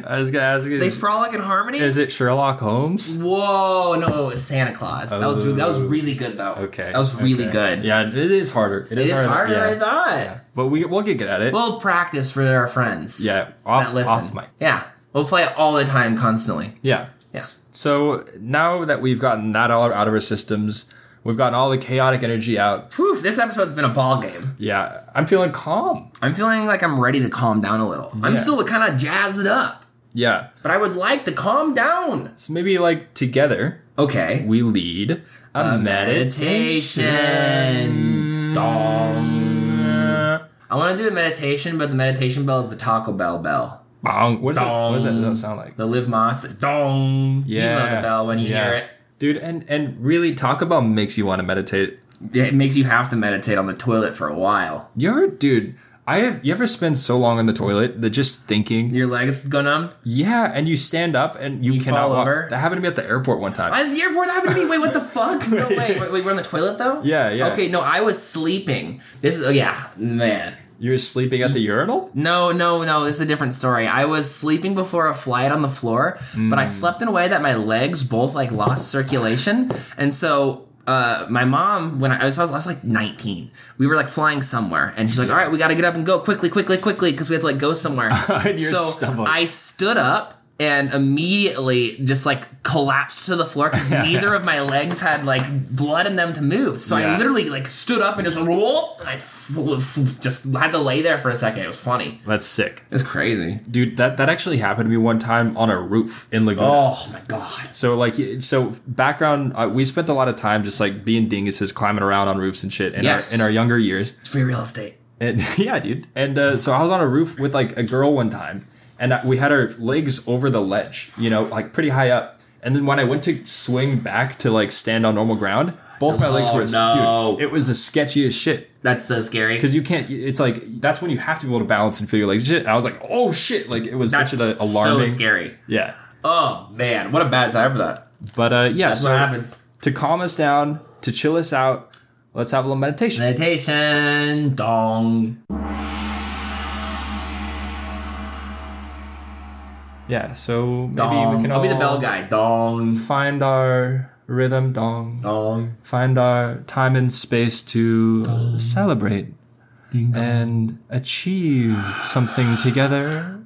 Speaker 2: I was gonna ask you.
Speaker 1: They
Speaker 2: Is,
Speaker 1: frolic in harmony.
Speaker 2: is it Sherlock Holmes?
Speaker 1: Whoa! No, it was Santa Claus. That was that was really good though.
Speaker 2: Oh. Okay.
Speaker 1: that was really
Speaker 2: okay.
Speaker 1: good.
Speaker 2: Yeah, it is harder.
Speaker 1: it is harder
Speaker 2: yeah.
Speaker 1: than I thought.
Speaker 2: But we we'll get good at it.
Speaker 1: We'll practice for our friends.
Speaker 2: yeah, off,
Speaker 1: that listen.
Speaker 2: off mic.
Speaker 1: Yeah, we'll play it all the time, constantly.
Speaker 2: Yeah.
Speaker 1: Yeah.
Speaker 2: S- So now that we've gotten that all out of our systems, We've gotten all the chaotic energy out.
Speaker 1: Phew, this episode's been a ball game.
Speaker 2: Yeah, I'm feeling calm.
Speaker 1: I'm feeling like I'm ready to calm down a little. I'm
Speaker 2: Yeah.
Speaker 1: still kind of jazzed up,
Speaker 2: Yeah.
Speaker 1: but I would like to calm down.
Speaker 2: So maybe like together
Speaker 1: Okay.
Speaker 2: we lead a, meditation.
Speaker 1: Dong. I want to do a meditation, but the meditation bell is the Taco Bell bell.
Speaker 2: Bong. What, is that, what does that,
Speaker 1: Dong.
Speaker 2: does that sound like?
Speaker 1: The Live Moss. Dong. You know
Speaker 2: Yeah.
Speaker 1: the bell when you
Speaker 2: Yeah.
Speaker 1: hear it.
Speaker 2: Dude, and, and really, Taco Bell makes you want to meditate.
Speaker 1: It makes you have to meditate on the toilet for a while.
Speaker 2: You ever, dude, I have, you ever spend so long in the toilet that just thinking,
Speaker 1: Your legs go numb.
Speaker 2: yeah, and you stand up and you,
Speaker 1: You
Speaker 2: cannot
Speaker 1: fall
Speaker 2: walk.
Speaker 1: over?
Speaker 2: That happened to me at the airport one time.
Speaker 1: I, the airport happened to me. Wait, what the fuck? No way. Wait, wait, we're on the toilet though.
Speaker 2: Yeah, yeah.
Speaker 1: Okay, no, I was sleeping. This is oh yeah, man.
Speaker 2: You're sleeping at the urinal?
Speaker 1: No, no, no. This is a different story. I was sleeping before a flight on the floor, but I slept in a way that my legs both like lost circulation, and so. Uh, my mom, when I was, I was, I was like 19, we were like flying somewhere, and she's like, "All right, we got to get up and go quickly, quickly, quickly, because we have to like go somewhere."
Speaker 2: And you're
Speaker 1: so
Speaker 2: stumbling.
Speaker 1: I stood up and immediately just like collapsed to the floor
Speaker 2: <laughs>
Speaker 1: because neither of my legs had like blood in them to move. So I
Speaker 2: Yeah.
Speaker 1: literally like stood up and just whoop, and I f- f- just had to lay there for a second. It was funny.
Speaker 2: That's sick.
Speaker 1: It's crazy.
Speaker 2: Dude, that, that actually happened to me one time on a roof in Laguna.
Speaker 1: Oh my god.
Speaker 2: So like so background uh, we spent a lot of time just like being dinguses climbing around on roofs and shit in
Speaker 1: Yes.
Speaker 2: our in our younger years.
Speaker 1: It's free real estate.
Speaker 2: And <laughs> yeah, dude. And uh, so I was on a roof with like a girl one time and I, we had our legs over the ledge, you know, like pretty high up. And then when I went to swing back to like stand on normal ground, both my legs
Speaker 1: Oh,
Speaker 2: were
Speaker 1: no.
Speaker 2: dude, it was the sketchiest shit.
Speaker 1: That's so scary.
Speaker 2: Cause you can't. It's like that's when you have to be able to balance and feel your legs. and Shit. And I was like, oh shit! Like it was
Speaker 1: That's
Speaker 2: such an alarming.
Speaker 1: so scary.
Speaker 2: Yeah.
Speaker 1: Oh man, what a bad time for that.
Speaker 2: But uh, yeah.
Speaker 1: That's
Speaker 2: so
Speaker 1: what happens.
Speaker 2: to calm us down, to chill us out, let's have a little meditation.
Speaker 1: Meditation dong.
Speaker 2: Yeah. So maybe
Speaker 1: Dong.
Speaker 2: we can all
Speaker 1: I'll be the bell guy. Dong.
Speaker 2: Find our rhythm, dong.
Speaker 1: Dong.
Speaker 2: Find our time and space to celebrate and achieve something together.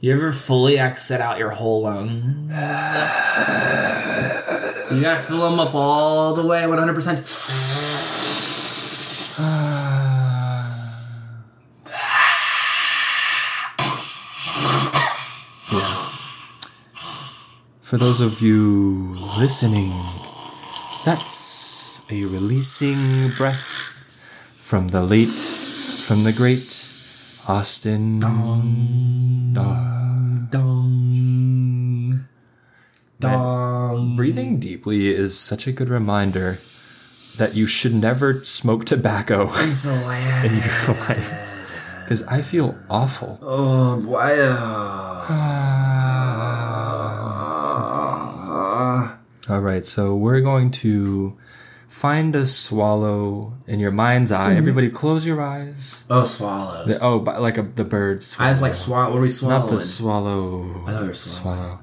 Speaker 1: You ever fully exit out your whole lungs? you gotta fill them up all the way, 100%.
Speaker 2: For those of you listening, that's a releasing breath from the late, from the great Austin.
Speaker 1: Dong. Dong.
Speaker 2: Breathing deeply is such a good reminder that you should never smoke tobacco <laughs>
Speaker 1: I'm so
Speaker 2: in
Speaker 1: glad.
Speaker 2: your
Speaker 1: <laughs>
Speaker 2: life. Because I feel awful.
Speaker 1: Oh, why? <sighs> Uh,
Speaker 2: All right, so we're going to find a swallow in your mind's eye.
Speaker 1: Mm-hmm.
Speaker 2: Everybody, close your eyes.
Speaker 1: oh, swallows.
Speaker 2: Oh, but like a, the bird
Speaker 1: I
Speaker 2: swallow.
Speaker 1: was like, swallow. What are we swallowing?
Speaker 2: Not the swallow.
Speaker 1: thought you were swallowing.
Speaker 2: swallow.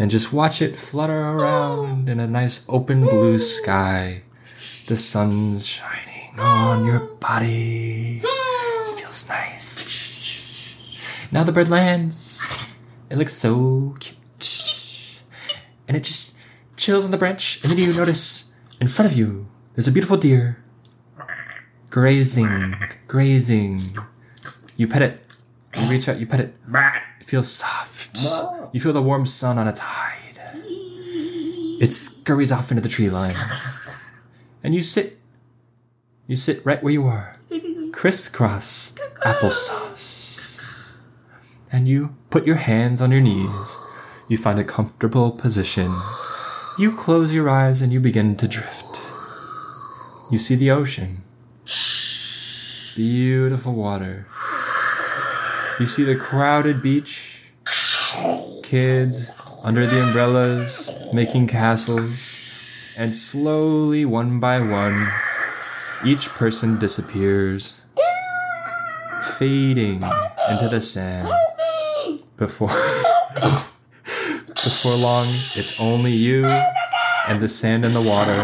Speaker 2: And just watch it flutter around in a nice open blue sky. The sun's shining on your body. Feels nice. Now the bird lands. It looks so cute. And it just chills on the branch. And then you notice in front of you, there's a beautiful deer grazing, grazing. You pet it. You reach out, you pet it.
Speaker 1: Bah.
Speaker 2: It feels soft. You feel the warm sun on its hide. It scurries off into the tree line. And you sit. You sit right where you are. Crisscross applesauce. And you put your hands on your knees. You find a comfortable position. You close your eyes and you begin to drift. You see the ocean. Beautiful water. You see the crowded beach. Kids under the umbrellas making castles. And slowly, one by one, each person disappears, fading into the sand. Before, <laughs> before long, it's only you and the sand and the water.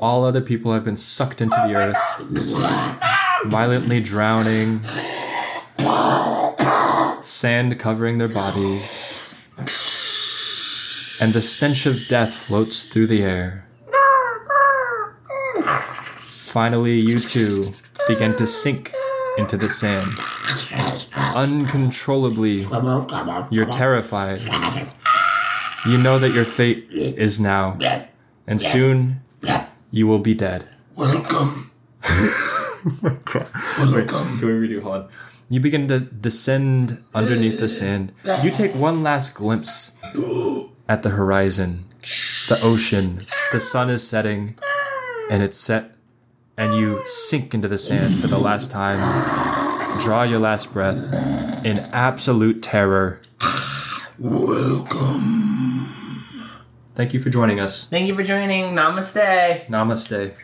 Speaker 2: All other people have been sucked into the earth violently drowning, sand covering their bodies, and the stench of death floats through the air. Finally, you two begin to sink into the sand. <laughs> Uncontrollably, you're terrified. You know that your fate is now, and soon you will be dead. <laughs>
Speaker 5: Welcome. Welcome.
Speaker 2: Can we redo? Hold on. You begin to descend underneath the sand. You take one last glimpse at the horizon, the ocean. The sun is setting, and it's set, and you sink into the sand for the last time. Draw your last breath in absolute terror.
Speaker 5: Welcome.
Speaker 2: Thank you for joining us.
Speaker 1: Thank you for joining. Namaste.
Speaker 2: Namaste.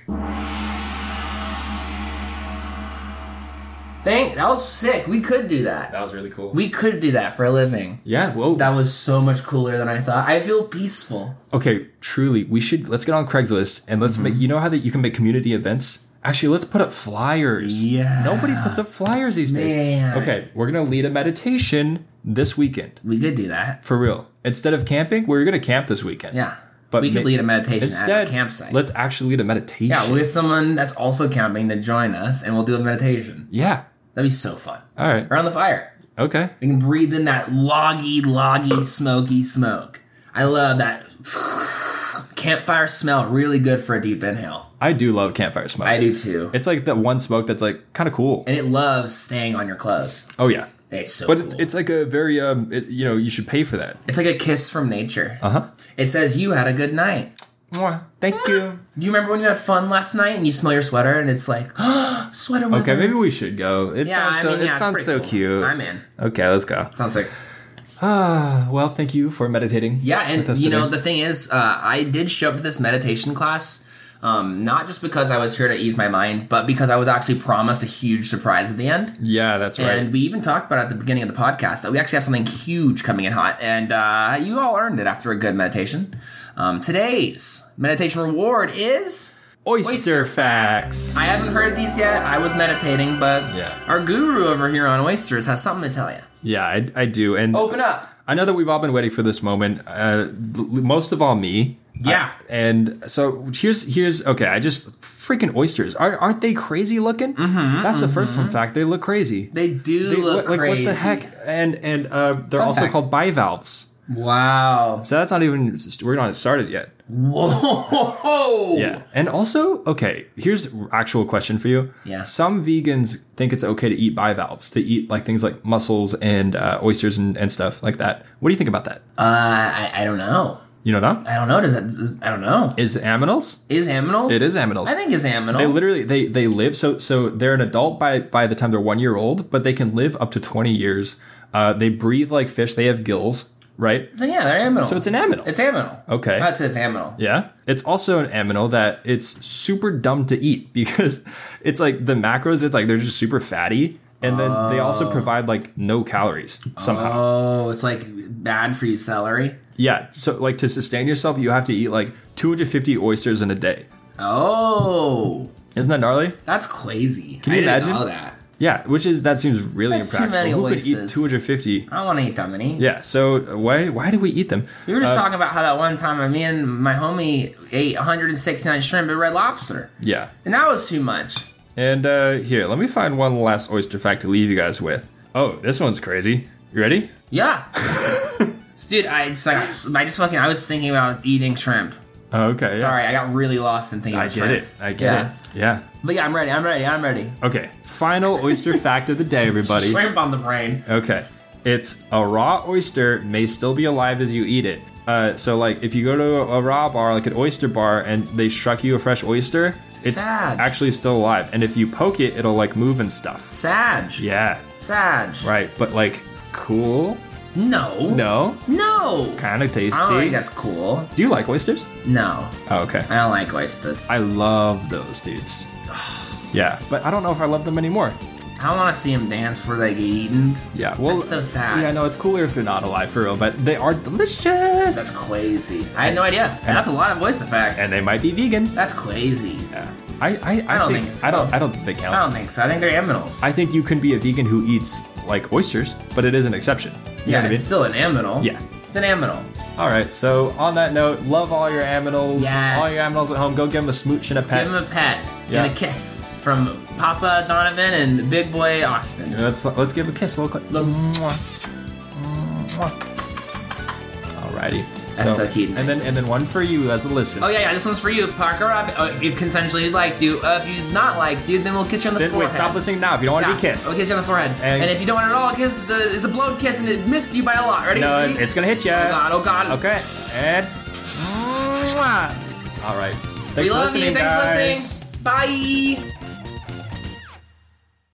Speaker 1: Thank. That was sick. We could do that.
Speaker 2: That was really cool.
Speaker 1: We could do that for a living.
Speaker 2: Yeah, whoa.
Speaker 1: That was so much cooler than I thought. I feel peaceful.
Speaker 2: okay, truly, we should let's get on Craigslist and let's make you know how that you can make community events. Actually, let's put up flyers.
Speaker 1: Yeah.
Speaker 2: Nobody puts up flyers these days.
Speaker 1: Man.
Speaker 2: Okay, we're gonna lead a meditation this weekend
Speaker 1: We could do that.
Speaker 2: for real. Instead of camping, we're gonna camp this weekend.
Speaker 1: Yeah.
Speaker 2: But
Speaker 1: we could
Speaker 2: ma-
Speaker 1: lead a meditation
Speaker 2: Instead,
Speaker 1: at a campsite.
Speaker 2: let's actually lead a meditation.
Speaker 1: yeah, we'll get someone that's also camping to join us, and we'll do a meditation.
Speaker 2: Yeah.
Speaker 1: That'd be so fun.
Speaker 2: All right.
Speaker 1: Around the fire.
Speaker 2: Okay.
Speaker 1: We can breathe in that loggy, loggy, smoky smoke. I love that <sniffs> campfire smell. Really good for a deep inhale.
Speaker 2: I do love campfire smoke.
Speaker 1: I do too.
Speaker 2: It's like that one smoke that's like kind of cool.
Speaker 1: And it loves staying on your clothes.
Speaker 2: Oh yeah.
Speaker 1: It's so.
Speaker 2: But it's,
Speaker 1: cool.
Speaker 2: it's like a very um it, you know you should pay for that.
Speaker 1: It's like a kiss from nature.
Speaker 2: Uh huh.
Speaker 1: It says you had a good night.
Speaker 2: Mwah. Thank you.
Speaker 1: Do you remember when you had fun last night and you smell your sweater and it's like <gasps> sweater weather?
Speaker 2: <laughs> Okay, maybe we should go. It
Speaker 1: Yeah,
Speaker 2: sounds
Speaker 1: I
Speaker 2: so,
Speaker 1: mean, yeah,
Speaker 2: it
Speaker 1: it's
Speaker 2: sounds
Speaker 1: pretty
Speaker 2: so
Speaker 1: cool.
Speaker 2: cute.
Speaker 1: I'm in.
Speaker 2: Okay, let's go.
Speaker 1: Sounds like
Speaker 2: Ah, well, thank you for meditating.
Speaker 1: yeah, and
Speaker 2: with us
Speaker 1: you know
Speaker 2: today.
Speaker 1: the thing is, uh, I did show up to this meditation class, um, not just because I was here to ease my mind, but because I was actually promised a huge surprise at the end.
Speaker 2: yeah, that's right.
Speaker 1: And we even talked about it at the beginning of the podcast that we actually have something huge coming in hot, and uh, you all earned it after a good meditation. Um, today's meditation reward is
Speaker 2: Oyster, facts.
Speaker 1: I haven't heard these yet. I was meditating, but
Speaker 2: Yeah.
Speaker 1: our guru over here on oysters has something to tell you.
Speaker 2: yeah, I, I do. And
Speaker 1: Open up.
Speaker 2: I know that we've all been waiting for this moment. Uh, l- most of all, me.
Speaker 1: Yeah.
Speaker 2: I- and so here's here's okay. I just freaking oysters. Are, aren't they crazy looking? Mm-hmm, That's the first fun fact. They look crazy.
Speaker 1: They do
Speaker 2: They-
Speaker 1: look
Speaker 2: like
Speaker 1: crazy.
Speaker 2: what the heck? And and uh, they're
Speaker 1: Fun
Speaker 2: also
Speaker 1: fact.
Speaker 2: called bivalves.
Speaker 1: Wow.
Speaker 2: So that's not even we're not started yet.
Speaker 1: Whoa.
Speaker 2: Yeah. And also, okay, here's actual question for you.
Speaker 1: Yeah.
Speaker 2: Some vegans think it's okay to eat bivalves, to eat like things like mussels and uh, oysters and, and stuff like that. What do you think about that?
Speaker 1: Uh, I, I don't know.
Speaker 2: You know that?
Speaker 1: I don't know. Does that? Does, I don't know.
Speaker 2: Is it aminals?
Speaker 1: Is aminal?
Speaker 2: It is aminals.
Speaker 1: I think is aminal.
Speaker 2: they literally they they live so so they're an adult by by the time they're one year old, but they can live up to twenty years. Uh, they breathe like fish. They have gills, right?
Speaker 1: Then yeah, they're aminal.
Speaker 2: So it's an aminal.
Speaker 1: It's aminal.
Speaker 2: Okay.
Speaker 1: That's it's aminal.
Speaker 2: Yeah. It's also an aminal that it's super dumb to eat <laughs> because it's like the macros, it's like they're just super fatty. And then they also provide like no calories somehow.
Speaker 1: Oh, it's like bad for you celery.
Speaker 2: Yeah. So like to sustain yourself, you have to eat like 250 oysters in a day.
Speaker 1: Oh,
Speaker 2: Isn't that gnarly?
Speaker 1: that's crazy. Can
Speaker 2: you
Speaker 1: I didn't
Speaker 2: imagine?
Speaker 1: Know that.
Speaker 2: Yeah. Which is that seems really
Speaker 1: That's too
Speaker 2: impractical.
Speaker 1: many
Speaker 2: Who could eat
Speaker 1: oysters.
Speaker 2: 250?
Speaker 1: I don't want to eat that many.
Speaker 2: Yeah. Uh, So uh, why why do we eat them?
Speaker 1: We were just talking about how that one time uh, me and my homie ate 169 shrimp at Red Lobster,
Speaker 2: Yeah.
Speaker 1: and that was too much.
Speaker 2: And uh, here, let me find one last oyster fact to leave you guys with. Oh, this one's crazy. You ready? <laughs>
Speaker 1: Yeah. Dude, I just like I just fucking I was thinking about eating shrimp.
Speaker 2: Okay. yeah.
Speaker 1: Sorry, I got really lost in thinking.
Speaker 2: I
Speaker 1: of
Speaker 2: get
Speaker 1: shrimp.
Speaker 2: it. I get
Speaker 1: Yeah.
Speaker 2: it. Yeah.
Speaker 1: But yeah, I'm ready. I'm ready. I'm ready.
Speaker 2: Okay. Final oyster fact of the day,
Speaker 1: <laughs>
Speaker 2: everybody.
Speaker 1: Shrimp on the brain.
Speaker 2: Okay. It's a raw oyster may still be alive as you eat it. Uh, so, like, if you go to a raw bar, like an oyster bar, and they struck you a fresh oyster, it's
Speaker 1: Sad.
Speaker 2: actually still alive. And if you poke it, it'll like move and stuff.
Speaker 1: Sag.
Speaker 2: Yeah.
Speaker 1: Sag.
Speaker 2: Right. But like, cool.
Speaker 1: No.
Speaker 2: No.
Speaker 1: No.
Speaker 2: Kind of tasty.
Speaker 1: I don't think that's cool.
Speaker 2: Do you like oysters?
Speaker 1: No.
Speaker 2: Oh, okay.
Speaker 1: I don't like oysters. I,
Speaker 2: I love those
Speaker 1: <sighs>
Speaker 2: dudes. Yeah, but I don't know if I love them anymore.
Speaker 1: want to see them dance before they get eaten.
Speaker 2: Yeah, well,
Speaker 1: That's so sad.
Speaker 2: Yeah, I know it's cooler if they're not alive for real, but they are delicious.
Speaker 1: That's crazy. I had no idea. That's a lot of voice effects.
Speaker 2: and they might be vegan.
Speaker 1: That's crazy.
Speaker 2: Yeah. I, I, I,
Speaker 1: don't
Speaker 2: think,
Speaker 1: think it's
Speaker 2: I don't
Speaker 1: count.
Speaker 2: I don't think they count.
Speaker 1: I don't think so. I think they're aminals.
Speaker 2: I think you can be a vegan who eats like oysters, but it is an exception. You
Speaker 1: yeah,
Speaker 2: know what I
Speaker 1: it's
Speaker 2: mean?
Speaker 1: still an aminal.
Speaker 2: Yeah.
Speaker 1: It's an aminal.
Speaker 2: All right. So on that note, love all your aminals.
Speaker 1: Yes.
Speaker 2: All your aminals at home. Go give them a smooch and a pet.
Speaker 1: Give him a pat
Speaker 2: Yeah.
Speaker 1: and a kiss from Papa Donovan and Big Boy Austin.
Speaker 2: let's let's give a kiss real quick.
Speaker 1: Look,
Speaker 2: Alrighty.
Speaker 1: That's so cute and
Speaker 2: And then
Speaker 1: nice.
Speaker 2: and then one for you as a listener.
Speaker 1: Oh yeah, yeah. This one's for you, Parker Rob. Uh, if consensually you'd like to, uh, if you'd not like to, then we'll kiss you on the
Speaker 2: Then,
Speaker 1: forehead.
Speaker 2: wait, stop listening now if you don't want to
Speaker 1: Yeah,
Speaker 2: be kissed.
Speaker 1: I'll kiss you on the forehead. And,
Speaker 2: And-
Speaker 1: if you don't want it at all, kiss the it's a blowed kiss and it missed you by a lot. Ready?
Speaker 2: No, it's,
Speaker 1: Three?
Speaker 2: it's gonna hit you.
Speaker 1: Oh god, oh god.
Speaker 2: Okay. And Mwah. all right. Thanks
Speaker 1: We
Speaker 2: for
Speaker 1: love
Speaker 2: listening,
Speaker 1: you. Thanks
Speaker 2: guys.
Speaker 1: for listening. Bye.